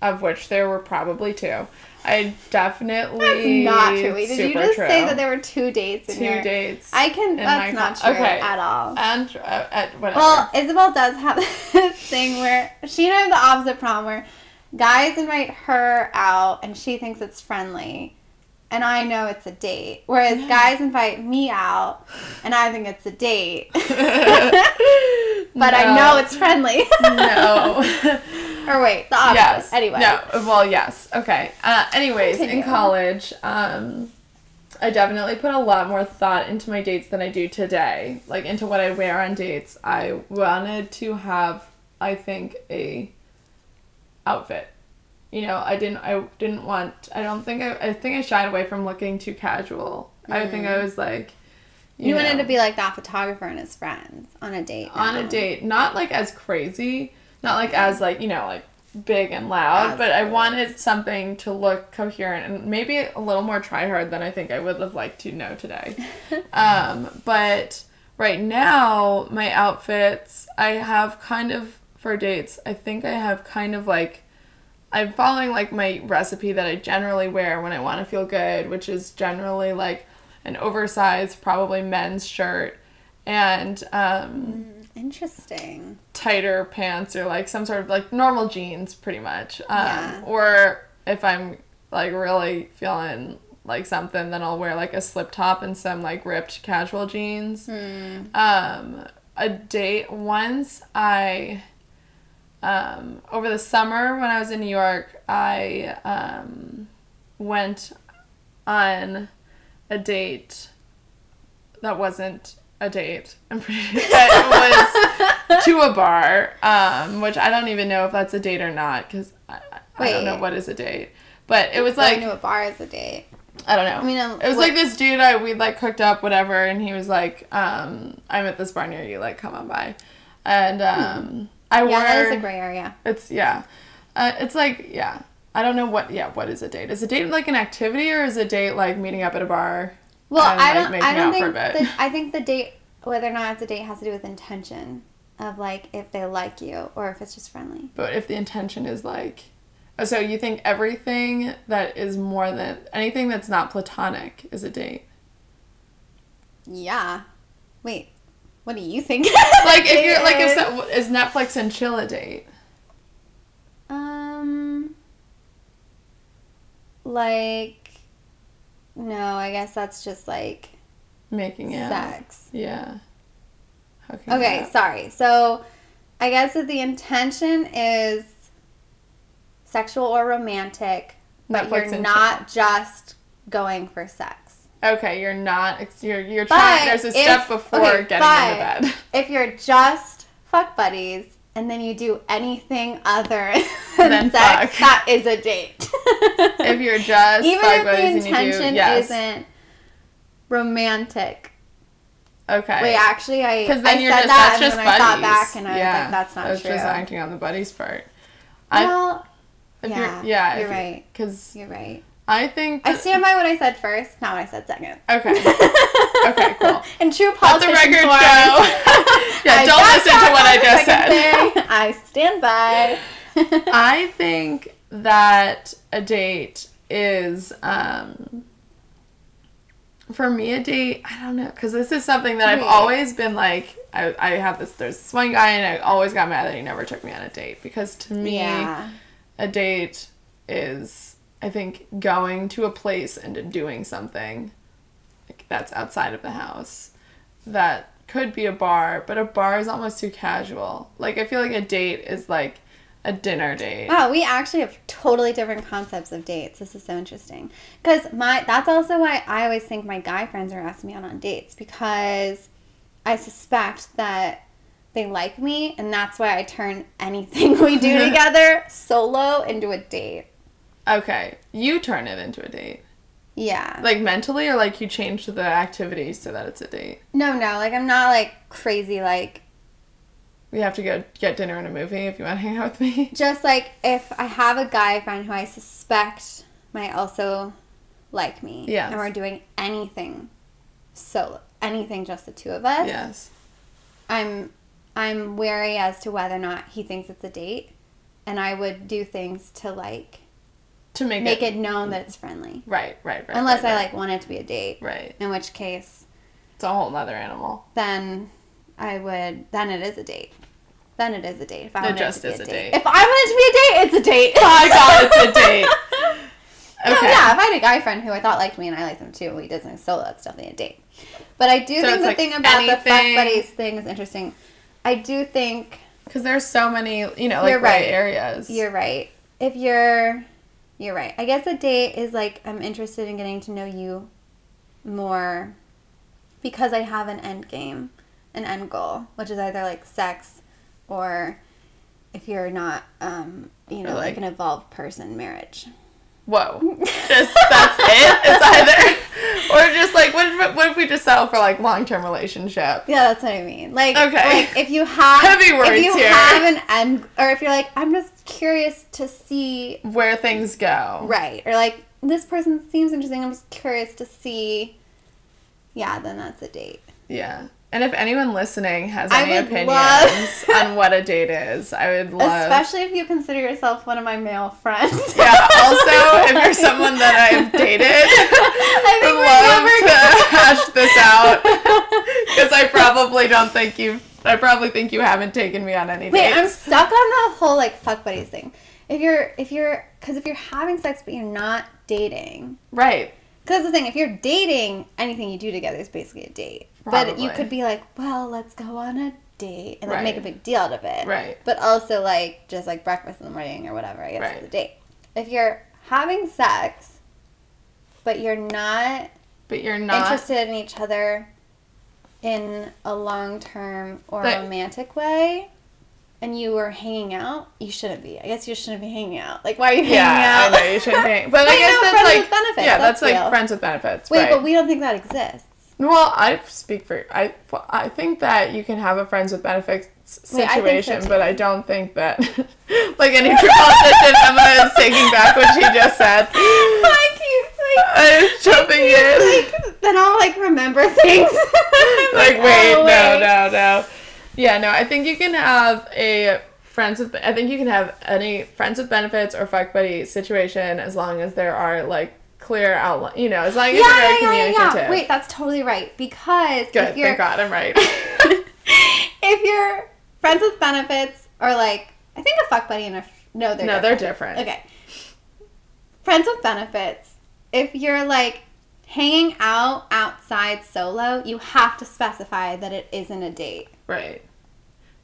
of which there were probably two. I That's definitely. not true. Wait, did you super just say true. that there were two dates? In two your, dates? I can. in That's my not col- true okay. at all. and uh, at whatever. Well, Isabel does have [laughs] this thing where she and I have the opposite problem where guys invite her out and she thinks it's friendly and I know it's a date. Whereas guys invite me out and I think it's a date. [laughs] but I No. know it's friendly. [laughs] no. [laughs] or wait, the opposite. yes. Anyway. No. Well, yes. Okay. Uh, anyways, Continue. in college, um, I definitely put a lot more thought into my dates than I do today. Like into what I wear on dates. I wanted to have, I think, a outfit. You know, I didn't. I didn't want. I don't think. I. I think I shied away from looking too casual. I think I was like. Mm. You know. wanted to be like that photographer and his friends on a date. on now. a date, not like as crazy, not like as like you know like big and loud, As but I big. wanted something to look coherent and maybe a little more try hard than I think I would have liked to know today. um, but right now, my outfits I have kind of for dates. I think I have kind of like. I'm following like my recipe that I generally wear when I want to feel good, which is generally like an oversized, probably men's shirt, and um, Interesting. tighter pants or like some sort of like normal jeans pretty much um, Yeah. or if i'm like really feeling like something then i'll wear like a slip top and some like ripped casual jeans um, a date once i um, over the summer when i was in new york i um, went on a date that wasn't a date. I'm pretty that [laughs] was to a bar, um, which I don't even know if that's a date or not because I, I don't know Wait. what is a date. But it was Going like to a bar is a date. I don't know. I mean, um, it was what- like this dude I we like hooked up whatever, and he was like, um, "I'm at this bar near you, like come on by," and um, I wore Yeah, that is a gray area. it's yeah. Uh, it's like yeah. I don't know what yeah, what is a date? Is a date like an activity or is a date like meeting up at a bar? Well, and, I like, don't. I making don't out think. for a bit? [laughs] The, I think the date, whether or not it's a date, has to do with intention of like if they like you or if it's just friendly. But if the intention is like oh, so you think everything that is more than anything that's not platonic is a date. Yeah. Wait. What do you think? [laughs] Like if you're like if It [laughs] so, is Netflix and chill a date? is, um, like No, I guess that's just like Making out. sex. Yeah. How can Okay, that- sorry. So I guess that the intention is sexual or romantic, but Netflix you're and not just going for sex. Okay, you're not. ex- You're you're But trying. There's a step if- before okay, getting but- into bed. [laughs] If you're just fuck buddies and then you do anything other [laughs] Than than sex, fuck. that is a date. If you're just [laughs] even fuck if buddies the and you do- intention yes. isn't romantic. Okay. Wait, actually, I Because I then you're said just that, that's just and then buddies. I thought back, and I yeah. was like, "That's not that's true." just acting on the buddies part. I- well, If yeah, you're, yeah, you're right. Because you're right. I think I that- stand by what I said first, not what I said second. [laughs] Okay. Okay, cool. And true Let the politician record form, [laughs] show. yeah, I don't got listen to that what I just second said. [laughs] thing. I stand by. I think that a date is um for me a date, I don't know, because this is something that I've Wait. always been like I, I have this there's this one guy and I always got mad that he never took me on a date because to me yeah, a date is I think going to a place and doing something like that's outside of the house. That could be a bar, but a bar is almost too casual. Like I feel like a date is like a dinner date. wow, we actually have totally different concepts of dates. This is so interesting because my that's also why I always think my guy friends are asking me out on dates because I suspect that they like me, and that's why I turn anything [laughs] we do together solo into a date. Okay, you turn it into a date. Yeah. Like mentally or like you change the activity so that it's a date. No, no, like I'm not like crazy like We have to go get dinner and a movie if you want to hang out with [laughs] me. just like if I have a guy friend who I suspect might also like me. Yes. And we're doing anything solo anything just the two of us. Yes. I'm I'm wary as to whether or not he thinks it's a date. And I would do things to like To make, make it, it known that it's friendly. right, right, right. Unless right, I right. like want it to be a date. right. In which case It's a whole nother animal. then I would then it is a date. Then it is a date. If I It want it just to be is a a date. date. Oh If I want it to be a date, it's a date. My God, it's [laughs] a date. No, Okay. yeah, if I had a guy friend who I thought liked me and I liked him too, we did something solo, that's definitely a date. But I do So it's think the like thing about the fuck anything- buddies thing is interesting. I do think Because there's so many, you know, like You're gray right. areas. you're right. If you're you're right. I guess a date is like I'm interested in getting to know you more because I have an end game, an end goal, which is either like sex or if you're not um, you know, like- like an evolved person, marriage. [laughs] Whoa. Just that's it. It's either [laughs] or just like what if, what if we just settle for like long term relationship? Yeah, that's what I mean. Like, Okay. like if you [laughs] have, Heavy words if you here. have an end, or if you're like, I'm just curious to see, Where things go. right, or like this person seems interesting, I'm just curious to see. Yeah, then that's a date. Yeah. And if anyone listening has I any would opinions love- [laughs] on what a date is, I would love Especially if you consider yourself one of my male friends. [laughs] Yeah, also if [laughs] you're someone that I've dated, I think love Oh we're never. to [laughs] hash this out. [laughs] Because I probably don't think you've I probably think you haven't taken me on any Wait, I'm dates. stuck on the whole like fuck buddies thing. If you're, if you're, because if you're having sex but you're not dating, Right. Because that's the thing, if you're dating, anything you do together is basically a date. But you Probably. could be like, well, let's go on a date and like make a Right. big deal out of it. Right. But also like just like breakfast in the morning or whatever, I guess Right. it's a date. If you're having sex, but you're not, But you're not interested in each other in a long term or But- romantic way, and you were hanging out, you shouldn't be. I guess you shouldn't be hanging out. Like, why are you hanging Yeah, out? I know you [laughs] should hang. But I Wait, guess no, that's friends like with benefits, yeah, that's, that's like real. friends with benefits. Wait, right. but we don't think that exists. well, I speak for I. I think that you can have a friends with benefits Wait, I think so, situation, too. but I don't think that [laughs] like any [laughs] true politician Emma is taking back what she just said. [laughs] like you like I'm jumping in. like then I'll like remember things. [laughs] I'm like oh, wait, no, no, no. Yeah, no. I think you can have a friends with. I think you can have any friends with benefits or fuck buddy situation as long as there are like clear outline. You know, as long as Yeah, you're very yeah, yeah, yeah, communicative. yeah. Wait, that's totally right. Because Good. if you're Thank God, I'm [laughs] right. if you're friends with benefits or like I think a fuck buddy and a no, they're no, different. they're different. okay. Friends with benefits. If you're like hanging out outside solo, you have to specify that it isn't a date. Right.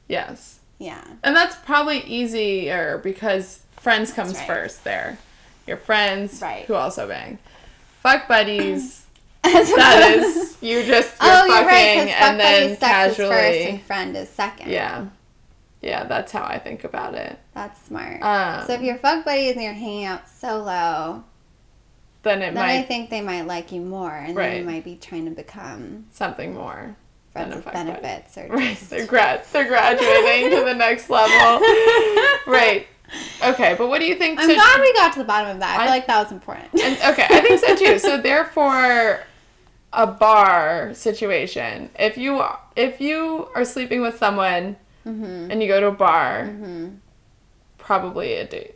Yes. Yeah. [laughs] And that's probably easier because friends comes right. first there. Your friends Right. who also bang. Fuck [laughs] buddies. that that is you just you're oh, fucking you're right. Because fuck and buddy then sex casually. is first and friend is second. Yeah. Yeah, that's how I think about it. That's smart. Um, so if your fuck buddy is and you're hanging out solo, Then it then I might think they might like you more, and then Right. you might be trying to become something more. friends Than a with fuck buddy. benefits [laughs] or Right. just They're grad they're graduating to the next level. [laughs] [laughs] Right. Okay, but what do you think I'm to glad we got to the bottom of that. I, I- feel like that was important. And okay, [laughs] I think so too. So therefore, a bar situation. If you if you are sleeping with someone hmm and you go to a bar, hmm probably a date.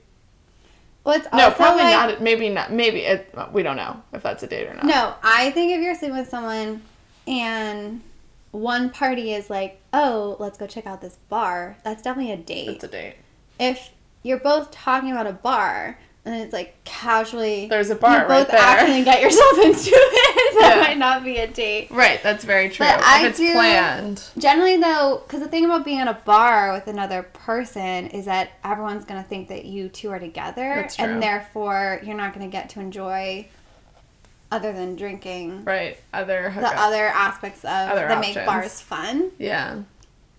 Well, it's No, also probably like- not. Maybe not. Maybe it, we don't know if that's a date or not. No, I think if you're sleeping with someone and one party is like, oh, let's go check out this bar, that's definitely a date. it's a date. if you're both talking about a bar and it's like casually, There's a bar you right both there. accidentally get yourself [laughs] into it, that Yeah. might not be a date. Right. That's very true. But I if it's do- planned, Generally, though, because the thing about being at a bar with another person is that everyone's going to think that you two are together, That's true. and therefore you're not going to get to enjoy other than drinking. right? Other hookup. the other aspects of Other that make options. bars fun, yeah.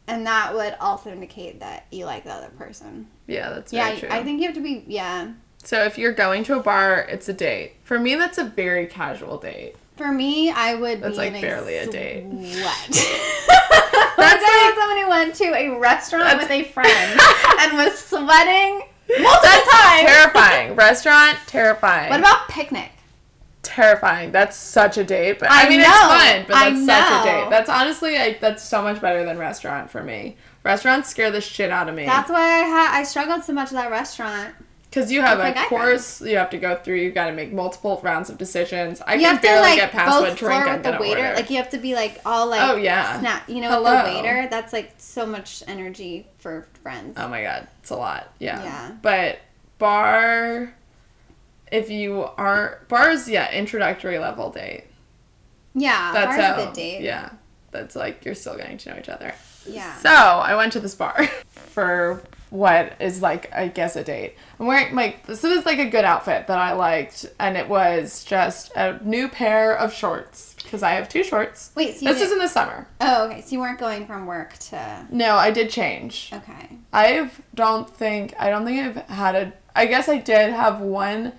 and that would also indicate that you like the other person. Yeah, that's yeah, very true. I think you have to be yeah. so if you're going to a bar, it's a date. For me, that's a very casual date. For me, I would That's be like in barely a sweat. [laughs] date. [laughs] That's like someone who went to a restaurant That's- with a [laughs] friend and was sweating multiple times. Terrifying. Restaurant, terrifying. What about picnic? terrifying. That's such a date, but I, I mean know. it's fun, but I that's such a know. date. That's honestly I, that's so much better than restaurant for me. Restaurants scare the shit out of me. That's why I ha- I struggled so much at that restaurant. Cuz you have with my a guy course you have to go through, you got to make multiple rounds of decisions. I You can have to barely like get past both what drink floor I'm with the going to waiter. order. Like you have to be like all like oh yeah. snap. You know, Hello. with the waiter, that's like so much energy for friends. Oh my god, it's a lot. Yeah. Yeah. But bar if you aren't bars, yeah, introductory level date. yeah, That's bars how, a good date. Yeah. That's like you're still getting to know each other. Yeah. So I went to this bar [laughs] for what is like I guess a date. I'm wearing like this is like a good outfit that I liked, and it was just a new pair of shorts because I have two shorts. Wait, so you This did- is in the summer. Oh, okay. So you weren't going from work to No, I did change. okay. I've don't think I don't think I've had a. I guess I did have one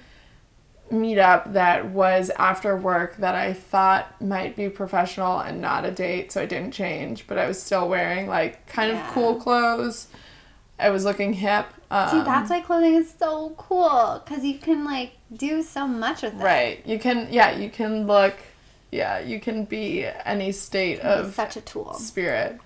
meetup that was after work that I thought might be professional and not a date, so I didn't change. But I was still wearing like kind Yeah. of cool clothes. I was looking hip. Um, See, that's why clothing is so cool because you can like do so much with it. right. You can yeah. You can look. Yeah. You can be any state It's of such a tool. spirit.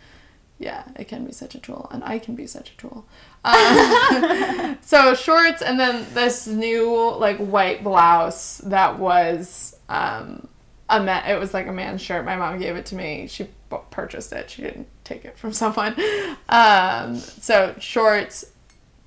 Yeah, it can be such a tool, and I can be such a tool. Um, [laughs] so shorts, and then this new like white blouse that was um, a man. It was like a man's shirt. My mom gave it to me. She bu- purchased it. She didn't take it from [laughs] someone. Um, so shorts,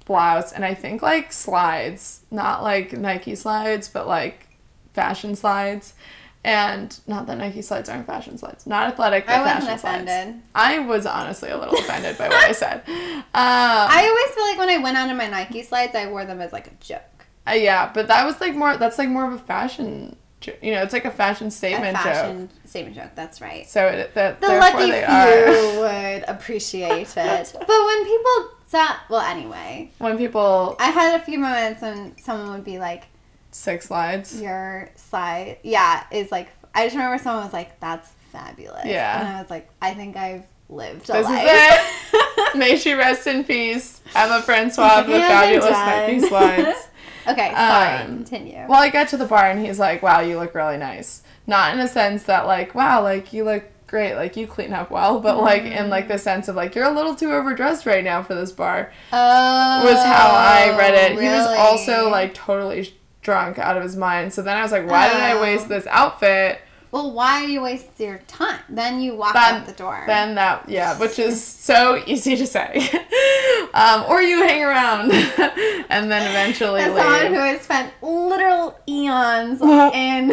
blouse, and I think like slides, not like Nike slides, but like fashion slides. And not that Nike slides aren't fashion slides, not athletic. But I wasn't fashion slides. offended. I was honestly a little offended by what I [laughs] said. Um, I always feel like when I went on to my Nike slides, I wore them as like a joke. uh, yeah, but that was like more. That's like more of a fashion. jo- You know, it's like a fashion A statement joke. fashion statement joke. That's right. So it, that The therefore lucky they are. [laughs] few would appreciate it, but when people that well, anyway, When people I had a few moments when someone would be like. six slides. your slide yeah is like i just remember someone was like that's fabulous Yeah. and i was like i think i've lived a This is life it. [laughs] May she rest in peace, Emma Francois, of the Yeah, fabulous done. Nike [laughs] slides. okay sorry Um, continue Well, I got to the bar and he's like, "Wow, you look really nice." Not in a sense that like, "Wow, like you look great, like you clean up well," but like in like the Mm. sense of like, "You're a little too overdressed right now for this bar." oh Was how I read it. He was really? also like totally sh- drunk out of his mind. So then I was like, "Why did I Oh. waste this outfit well, why do you waste your time? Then you walk Then- out the door. Then that, yeah, which is so easy to say. [laughs] um, or you hang around [laughs] and then eventually As someone who leave. has spent literal eons [laughs]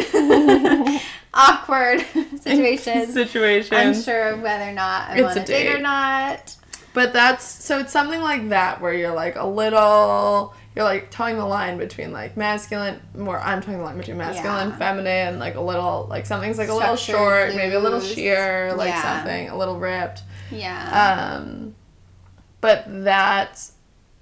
in awkward [laughs] situations, Situation. unsure of whether or not I'm It's on a a date or date. not. But that's so it's something like that where you're like a little you're like towing the line between like masculine more I'm towing the line between masculine, Yeah. feminine, like a little like something's like a little Structured, short, maybe a little loose. sheer, like Yeah. something, a little ripped. Yeah. Um but that's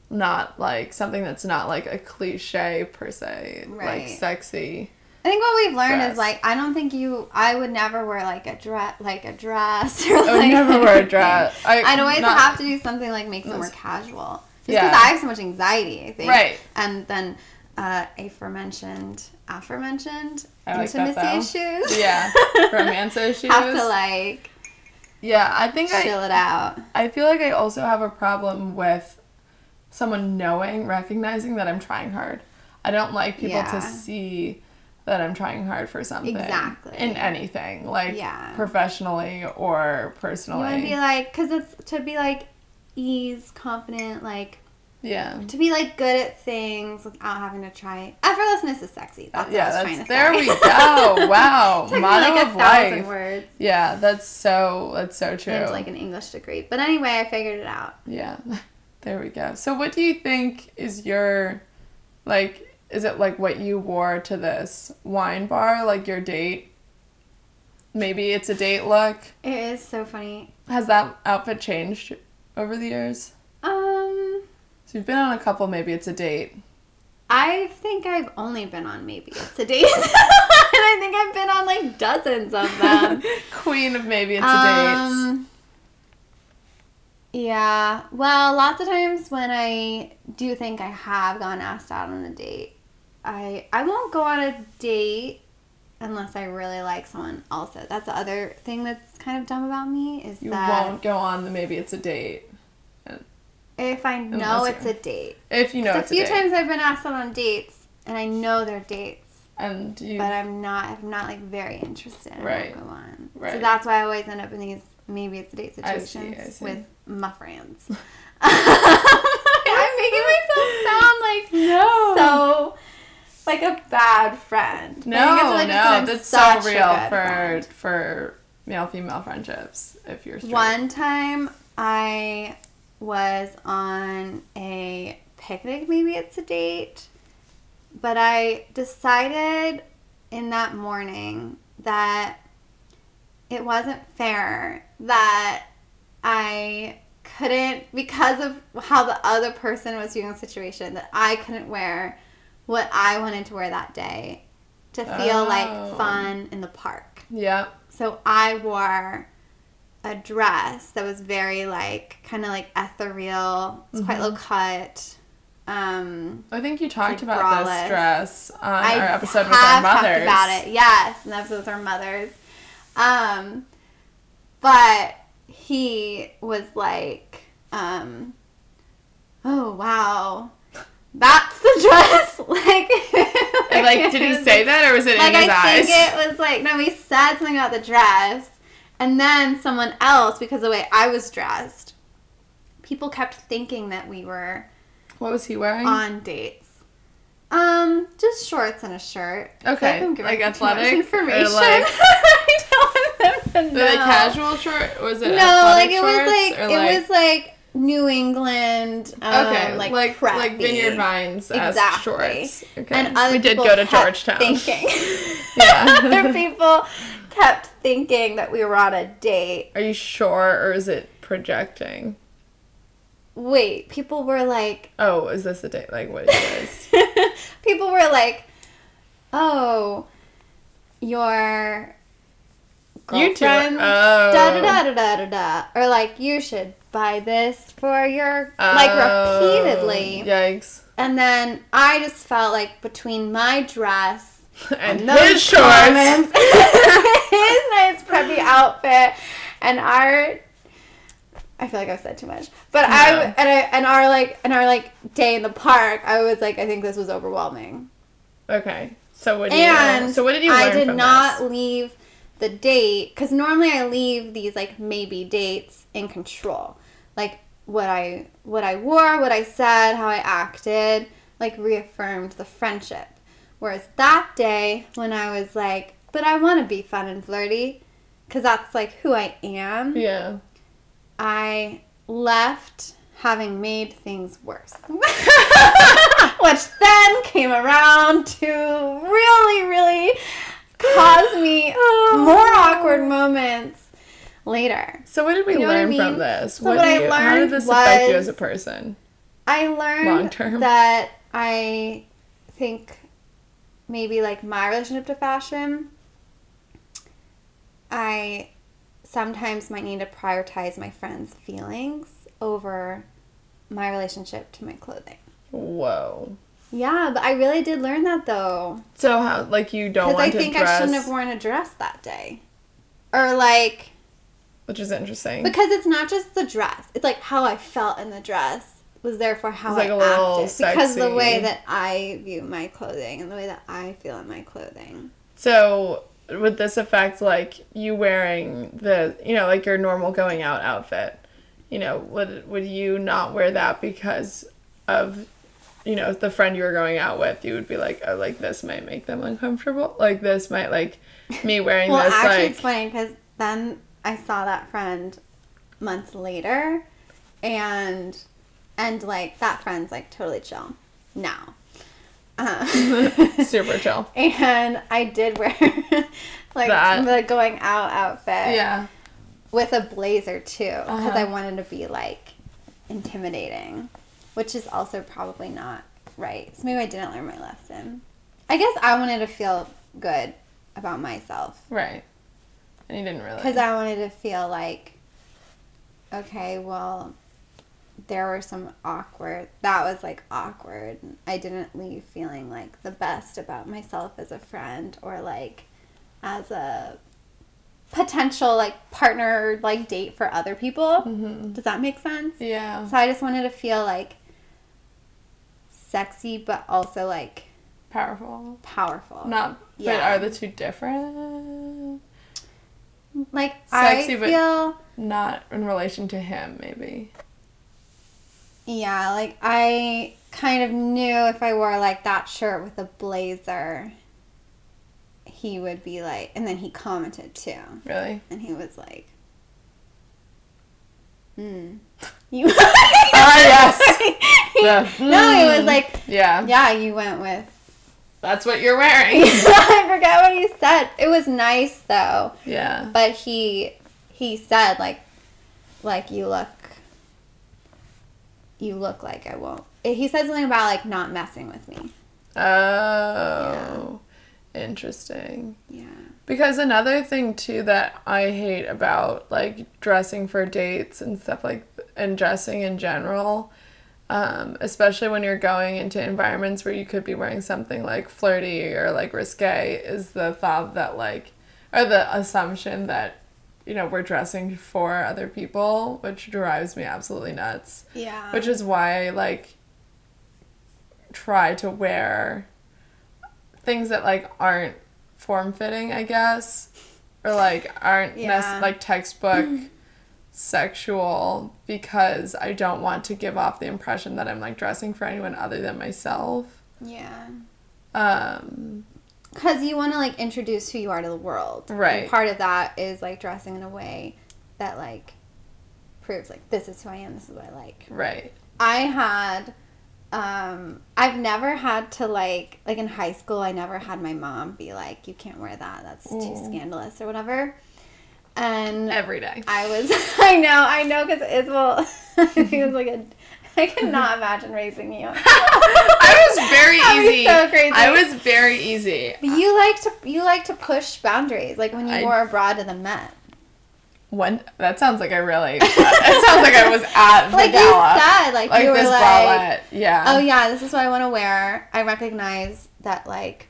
not like something that's not like a cliche per se. Right. Like sexy. I think what we've learned dress. is like I don't think you I would never wear like a dress like a dress [laughs] or like I would never wear a anything. dress. I, I'd always not- have to do something like makes it more Those- casual. Just because Yeah. I have so much anxiety, I think. Right. And then uh, aforementioned, aforementioned I like that, intimacy issues. Yeah. [laughs] Romance issues. [laughs] have to like yeah, I think I chill it out. I feel like I also have a problem with someone knowing, recognizing that I'm trying hard. I don't like people Yeah. to see that I'm trying hard for something. Exactly. In anything, like Yeah. professionally or personally. You want to be like, because it's to be like ease, confident, like yeah. to be like good at things without having to try. Effortlessness is sexy. That's yeah, what I that's, was trying there to we say. [laughs] go. Wow. Took me, Motto like a of thousand Oh life. words Yeah, that's so that's so true. and like an English degree. But anyway, I figured it out. Yeah. [laughs] There we go. So what do you think is your like is it like what you wore to this wine bar, like your date? Maybe it's a date look. It is so funny. Has that outfit changed over the years? Um, So you've been on a couple, maybe it's a date. I think I've only been on maybe it's a date, [laughs] and I think I've been on like [laughs] dozens of them. Queen of maybe it's a date. Um, yeah. Well, lots of times when I do think I have gone asked out on a date, I I won't go on a date unless I really like someone else. That's the other thing that's kind of dumb about me is You that won't go on the maybe it's a date. if I know Unless it's you're- a date. If you know a it's a few date. times I've been asked out on dates and I know they're dates. and you but I'm not I'm not like very interested in Right. what go on. So Right. that's why I always end up in these maybe it's a date I situations see, I see. with [laughs] my friends. [laughs] I'm making myself sound like No. so like a bad friend. But I No, feel like no, I'm that's so such a real good for friend. for male female friendships. If you're straight. One time I was on a picnic, maybe it's a date, but I decided in that morning that it wasn't fair that I couldn't, because of how the other person was viewing the situation, that I couldn't wear what I wanted to wear that day to feel Oh. like fun in the park. yeah, So I wore a dress that was very like kind of like ethereal. It's Mm-hmm. quite low cut. Um, I think you talked Like about braless. this dress on I our episode with our have mothers. talked about it. Yes, and episode with our mothers. Um, but he was like, um, "Oh wow, that's the [laughs] dress!" like, [laughs] And, [laughs] like, did he say that, or was it like in his I eyes? think it was like no, he said something about the dress, and then someone else because of the way I was dressed, people kept thinking that we were [laughs] what was he wearing? on dates. Um, just shorts and a shirt. I feel Okay, I'm giving like too much athletic or information. [laughs] like- I don't want them to was it a know. casual short? Was it No, like athletic it was shorts, like, or, it was like New England. Um, okay, like like preppy. vineyard vines as shorts. Okay, And other we did people go to kept Georgetown. Thinking. [laughs] [laughs] Yeah. [laughs] other people kept thinking that we were on a date. Are you sure, or is it projecting? Wait, people [laughs] were like, Oh, is this a date? Like what is this? people were like, oh, your You two are- girlfriend. Oh. Da da da da da da da. Or like you should buy this for your [laughs] like Oh, repeatedly. Yikes. [laughs] And then I just felt like between my dress [laughs] And, those his shorts. [laughs] comments, his nice preppy outfit, and our. I feel like I've said too much, but I No. and I and our like and our like day in the park. I was like, I think this was overwhelming, Okay. So what did you and so what did you learn I did from not this? leave the date because normally I leave these like maybe dates in control, like what I what I wore, what I said, how I acted, like reaffirmed the friendship. Whereas that day when I was like, but I want to be fun and flirty, because that's like who I am. Yeah. I left having made things worse. [laughs] Which then came around to really, really cause me Oh. more awkward moments later. So what did we You know what I learn mean? from this? So what do I you- how did learned this affect you as was- a person? I learned Long term. that I think maybe like my relationship to fashion, I sometimes might need to prioritize my friends' feelings over my relationship to my clothing. Whoa. Yeah, but I really did learn that though. So how like you don't Because want I to think dress, I shouldn't have worn a dress that day. Or like which is interesting. Because it's not just the dress. It's like how I felt in the dress was therefore how It's like I a little acted. Because the way sexy. that I view my clothing and the way that I feel in my clothing. so would this affect like you wearing the you know like your normal going out outfit? You know would would you not wear that because of you know the friend you were going out with? You would be like oh like this might make them uncomfortable. Like this might like [laughs] me wearing Well, this actually, like it's funny because then I saw that friend months later, and and like that friend's like totally chill now. [laughs] Uh, super chill. [laughs] and I did wear [laughs] like That. the going out outfit. Yeah. with a blazer too because Uh-huh. I wanted to be like intimidating, which is also probably not right. So maybe I didn't learn my lesson. I guess I wanted to feel good about myself Right. And you didn't really. because I wanted to feel like, okay, well, there were some awkward. That was like awkward. I didn't leave feeling like the best about myself as a friend or like as a potential like partner or, like date for other people. Does that make sense? Mm-hmm. yeah. So I just wanted to feel like sexy but also like Powerful. powerful. Not. Yeah. But are the two different? like Sexy, I but- feel Not in relation to him, maybe. Yeah, like I kind of knew if I wore like that shirt with a blazer, he would be like, and then he commented too, Really. and he was like, "Hmm, [laughs] you." Ah yes. [laughs] Hmm. no, The- [laughs] he was like, Yeah. "Yeah, you went with." [laughs] That's what you're wearing. I forgot what he said. It was nice though, yeah. but he he said like, like you look, you look like I won't. He said something about like not messing with me. Oh. Interesting. Yeah. Because another thing too that I hate about like dressing for dates and stuff like and dressing in general, um, especially when you're going into environments where you could be wearing something like flirty or like risque, is the thought that like or the assumption that you know we're dressing for other people, which drives me absolutely nuts. Yeah. Which is why I like try to wear things that like aren't form fitting, I guess, or like aren't nec- Yeah. like [clears throat] textbook sexual because I don't want to give off the impression that I'm like dressing for anyone other than myself. yeah. Um, Because you want to like introduce who you are to the world. And Right. part of that is like dressing in a way that like proves like this is who I am, this is what I like. right. I had um I've never had to like like in high school I never had my mom be like you can't wear that. That's too Mm. scandalous or whatever. And Every day. I was, [laughs] I know, I know, because Isabel, [laughs] he was like a, I cannot imagine raising [laughs] you. I was [laughs] very That was easy. so crazy. I was very easy. But you like to you like to push boundaries, like when you I- wore a bra to the Met. One that sounds like I really. it sounds like I was at the Like you gala. said, like, like you were this like, bralette. Yeah. oh yeah, this is what I want to wear. I recognize that like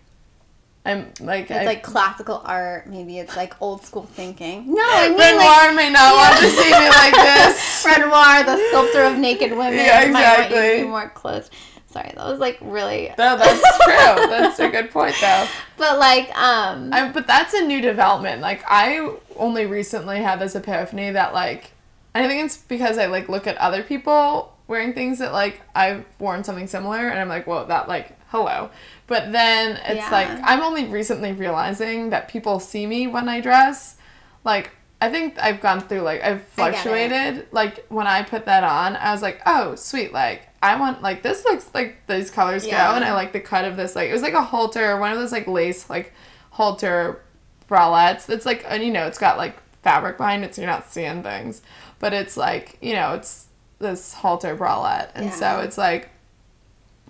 I'm like it's I, like classical art. Maybe it's like old school thinking. No, I mean Renoir like may not want to see [laughs] me like this. [laughs] Renoir, the sculptor of naked women. Yeah, might want you to be exactly. more clothes. Sorry, that was like really. No, [laughs] that's true. that's a good point, though. But like, um, I, but that's a new development. Like I only recently had this epiphany that like, I think it's because I like look at other people wearing things that like I've worn something similar, and I'm like, whoa, that like hello. But then it's Yeah. like I'm only recently realizing that people see me when I dress. Like I think I've gone through like I've I get it. fluctuated. Like when I put that on, I was like, oh sweet, like I want like this looks like these colors Yeah. go, and I like the cut of this. Like it was like a halter, one of those like lace like halter bralettes. It's like and you know it's got like fabric behind it, so you're not seeing things. But it's like you know it's this halter bralette, and so Yeah. it's like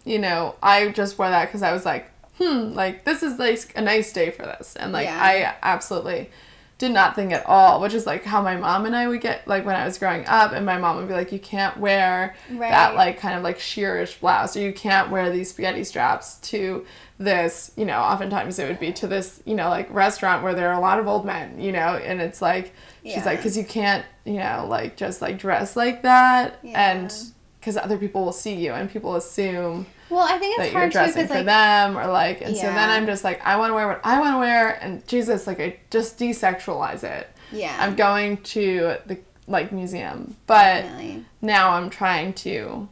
you know, I just wore that because I was like, hmm, like this is like a nice day for this, and like Yeah. I absolutely did not think at all, which is like how my mom and I would get like when I was growing up, and my mom would be like, you can't wear that Right. like kind of like sheerish blouse, or you can't wear these spaghetti straps to this, you know, oftentimes it would be to this, you know, like restaurant where there are a lot of old men, you know, and it's like she's Yeah. like, because you can't, you know, like just like dress like that, and Yeah. because other people will see you and people assume well, I think it's that you're hard too dressing because for like, them or like and so then Yeah. i'm just like i want to wear what i want to wear and jesus like i just desexualize it yeah, i'm going to the like museum but definitely. now i'm trying to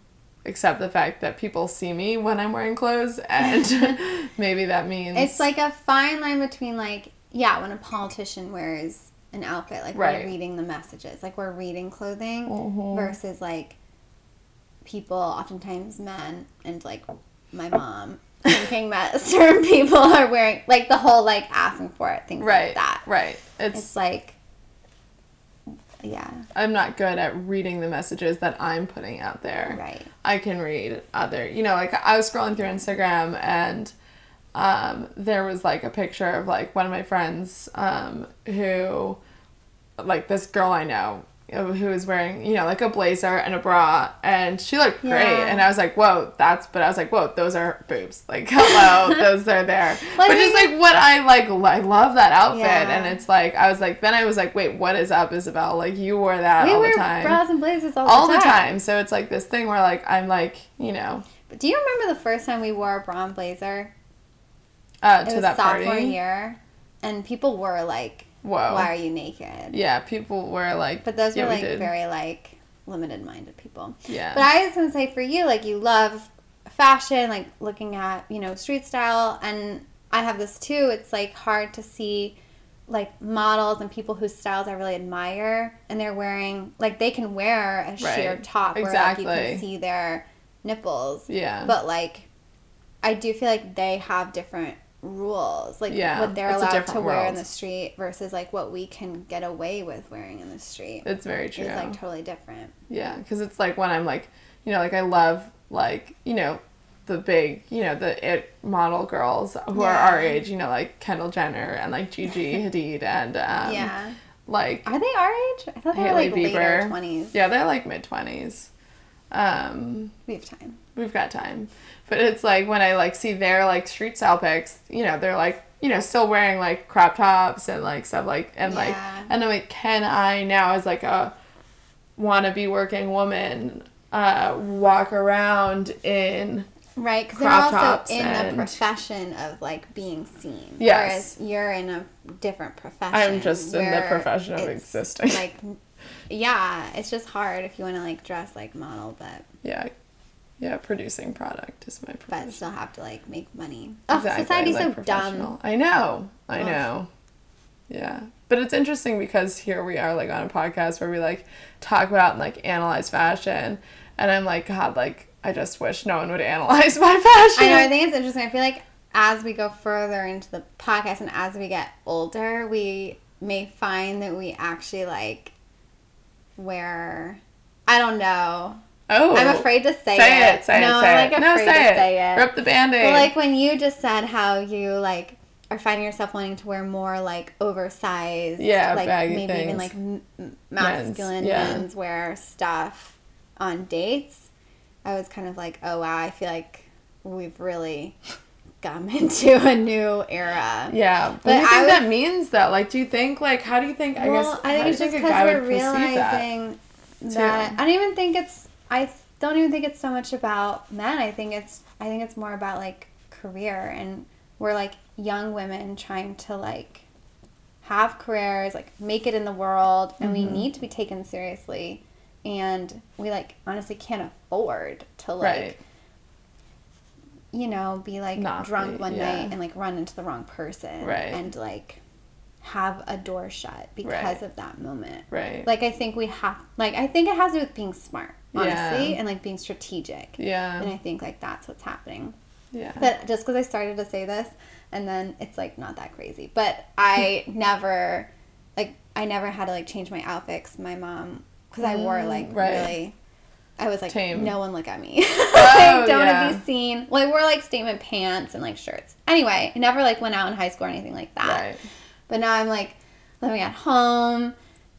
accept the fact that people see me when i'm wearing clothes [laughs] and [laughs] maybe that means It's like a fine line between like, yeah, when a politician wears an outfit, like Right. we're reading the messages, like we're reading clothing Mhm. versus like people, oftentimes men and like my mom thinking that [laughs] certain people are wearing like the whole like asking for it things right like that. right it's, It's like yeah, i'm not good at reading the messages that i'm putting out there right. I can read other, you know, like I was scrolling through Instagram and um, there was like a picture of like one of my friends um, who, like this girl I know uh, who was wearing, you know, like a blazer and a bra and she looked great. Yeah. And I was like, whoa, that's, but I was like, whoa, those are boobs. Like, [laughs] hello, those are there. Like, but just like what I like, lo- I love that outfit. Yeah. And it's like, I was like, then I was like, wait, what is up, Isabel? Like, you wore that We all the wear time bras and blazers all, all the time. So it's like this thing where like I'm like you know But do you remember the first time we wore a bra and blazer? uh, It to was that sophomore party. year, and people were like, Whoa. why are you naked? Oh. Yeah, people were like. But those yeah, were we like did. very like limited minded people. Yeah. But I was gonna say for you, like you love fashion, like looking at, you know, street style and I have this too. It's like hard to see like models and people whose styles I really admire and they're wearing like they can wear a sheer Right. top where like you Exactly. can see their nipples. yeah. But like I do feel like they have different rules like Yeah, what they're it's a allowed to different wear in world. the street versus like what we can get away with wearing in the street it's very true. is like totally different. Yeah, because it's like when I'm like, you know, like I love like you know, the big you know the it model girls who are Yeah. our age. You know, like Kendall Jenner and like [laughs] Gigi Hadid and um, yeah. like Are they our age? I thought they Hailey were like later Bieber. 20s. yeah, they're like mid twenties. Um, We have time. we've got time. But it's like when I like see their like street style pics, you know, they're like, you know, still wearing like crop tops and like stuff like and like Yeah. and I'm like, can I now as like a wannabe working woman uh walk around in Right, because they're Crop also tops in and- the profession of like being seen. Yes. Whereas you're in a different profession. I'm just in the where profession of it's, existing. [laughs] Like, yeah, it's just hard if you want to like dress like model, but yeah. Yeah, producing product is my but profession. still have to like make money. Oh, society's like so professional. dumb. I know. I Ugh. know. Yeah. But it's interesting because here we are like on a podcast where we like talk about and like analyze fashion and I'm like, God, like I just wish no one would [laughs] analyze my fashion. I know. I think it's interesting. I feel like as we go further into the podcast and as we get older, we may find that we actually like wear. I don't know. oh I'm afraid to say, Say it, say no, it, say I'm like it. afraid No, say to it. say it. Rip the band aid. But like when you just said how you like are finding yourself wanting to wear more like oversized, Yeah, like baggy maybe things. even like m- m- masculine yeah. menswear stuff on dates. I was kind of like, oh wow, I feel like we've really [laughs] come into a new era. yeah. What do But you think I that means though? Like do you think like how do you think I well, guess I how think do it's you just a guy because we're would perceive that? realizing that, I don't even think it's. I don't even think it's so much about men. I think it's I think it's more about like career and we're like young women trying to like have careers, like make it in the world and Mm-hmm. we need to be taken seriously and we like honestly can't afford to like right. you know, be like Not drunk be- one yeah. night and like run into the wrong person Right. and like have a door shut because Right. of that moment. Right. Like I think we have like I think it has to do with being smart, honestly, Yeah. and like being strategic. And yeah. I think like that's what's happening. Yeah. But just because I started to say this, and then it's like not that crazy. But [laughs] I never, like, I never had to like change my outfit 'cause my mom, because I wore like Mm, right. really, I was like, Tame. no one look at me. [laughs] I Oh, don't want yeah. to be seen. Well, I wore like statement pants and like shirts. Anyway, I never like went out in high school or anything like that. Right. But now I'm like living at home,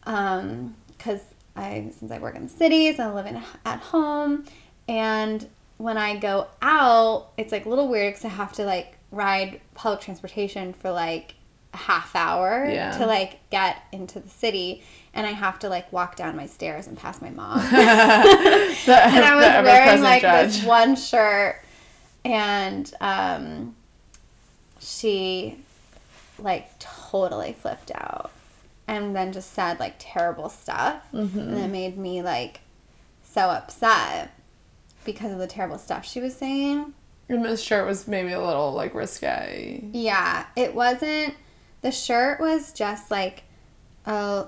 um, cause I since I work in the cities, I live in at home, and when I go out, it's like a little weird because I have to like ride public transportation for like a half hour Yeah. to like get into the city, and I have to like walk down my stairs and pass my [laughs] mom. The- and I the was wearing ever-present like judge. this one shirt, and um, she like totally flipped out, and then just said like terrible stuff, and it made me like so upset because of the terrible stuff she was saying. And this shirt was maybe a little like risque. Yeah, it wasn't. The shirt was just like a.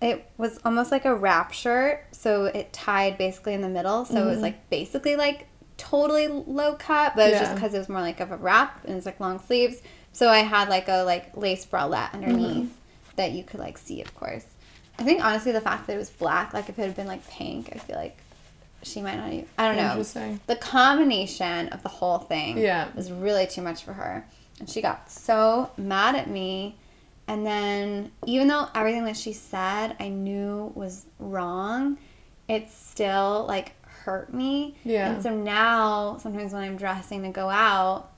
It was almost like a wrap shirt, so it tied basically in the middle. So it Mm-hmm. was like basically like totally low cut, but it was just Yeah. because it was more like of a wrap and it's like long sleeves. So I had like a like lace bralette underneath Mm-hmm. that you could like see, of course. I think honestly, the fact that it was black, like if it had been like pink, I feel like she might not even. I don't know Interesting. the combination of the whole thing Yeah. was really too much for her and she got so mad at me and then even though everything that she said i knew was wrong it still like hurt me Yeah. and so now sometimes when i'm dressing to go out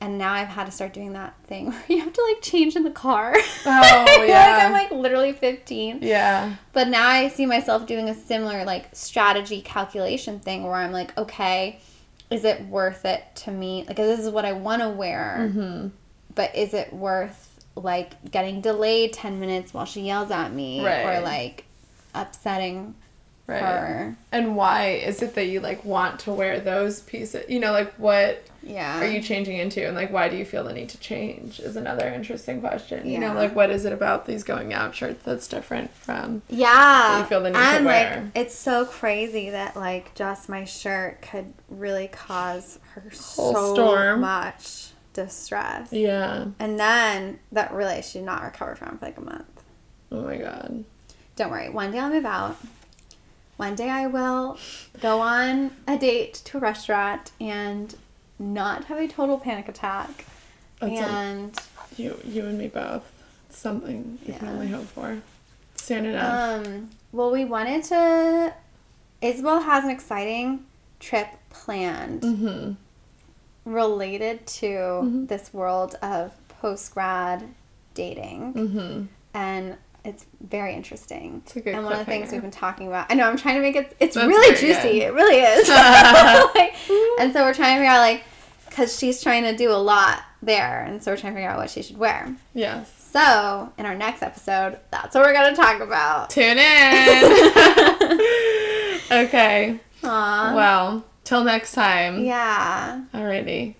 and now i've had to start doing that thing [laughs] where you have to like change in the car Oh, I feel yeah. [laughs] like i'm like literally 15 Yeah. but now I see myself doing a similar like strategy calculation thing where I'm like, okay, is it worth it to me? Like this is what I want to wear, Mm-hmm. but is it worth like getting delayed ten minutes while she yells at me Right. or like upsetting Right. her? And why is it that you like want to wear those pieces? You know, like what Yeah. are you changing into and like why do you feel the need to change is another interesting question. You know, Yeah. like what is it about these going out shirts that's different from Yeah. that you feel the need to and wear. like it's so crazy that like just my shirt could really cause her Whole so storm. much distress. Yeah. And then that really she did not recover from for like a month. Oh my god. Don't worry, one day I'll move out. One day I will go on a date to a restaurant and not have a total panic attack. That's a- and You you and me both. It's something you can Yeah. only hope for. Soon enough. um well we wanted to Isabel has an exciting trip planned hmm related to Mm-hmm. this world of post grad dating. hmm and it's very interesting. It's a good and one of the things cliffhanger. we've been talking about. I know I'm trying to make it. It's That's really very juicy. good. It [laughs] really is. [laughs] Like, and so we're trying to figure out like, because she's trying to do a lot there, and so we're trying to figure out what she should wear. Yes. So in our next episode, that's what we're gonna talk about. Tune [laughs] in. okay. [laughs] Aww. Well, till next time. Uh-huh. yeah. Alrighty.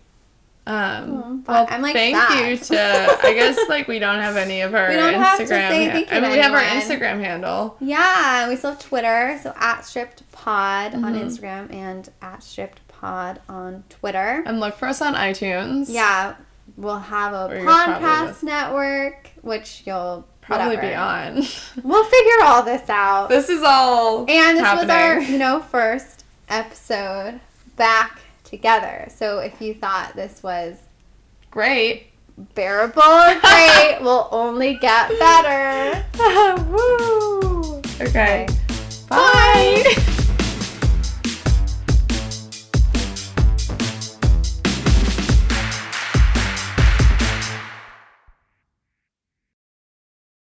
Um, but well, I'm, like, thank sad. you to. I guess like we don't have any of her We don't Instagram. have to say han- thank you I to mean, we have our anyone. Instagram handle. [laughs] Yeah, we still have Twitter, so at stripped pod on Mm-hmm. Instagram and at stripped pod on Twitter. And look for us on iTunes. Yeah, we'll have a Or you'll probably podcast just- network, which you'll Probably whatever. be on. We'll figure all this [laughs] out. this is all. and this was our, happening. you know, first episode back together. So if you thought this was great. bearable or great, we'll only get better. Woo. Okay. Okay. [laughs]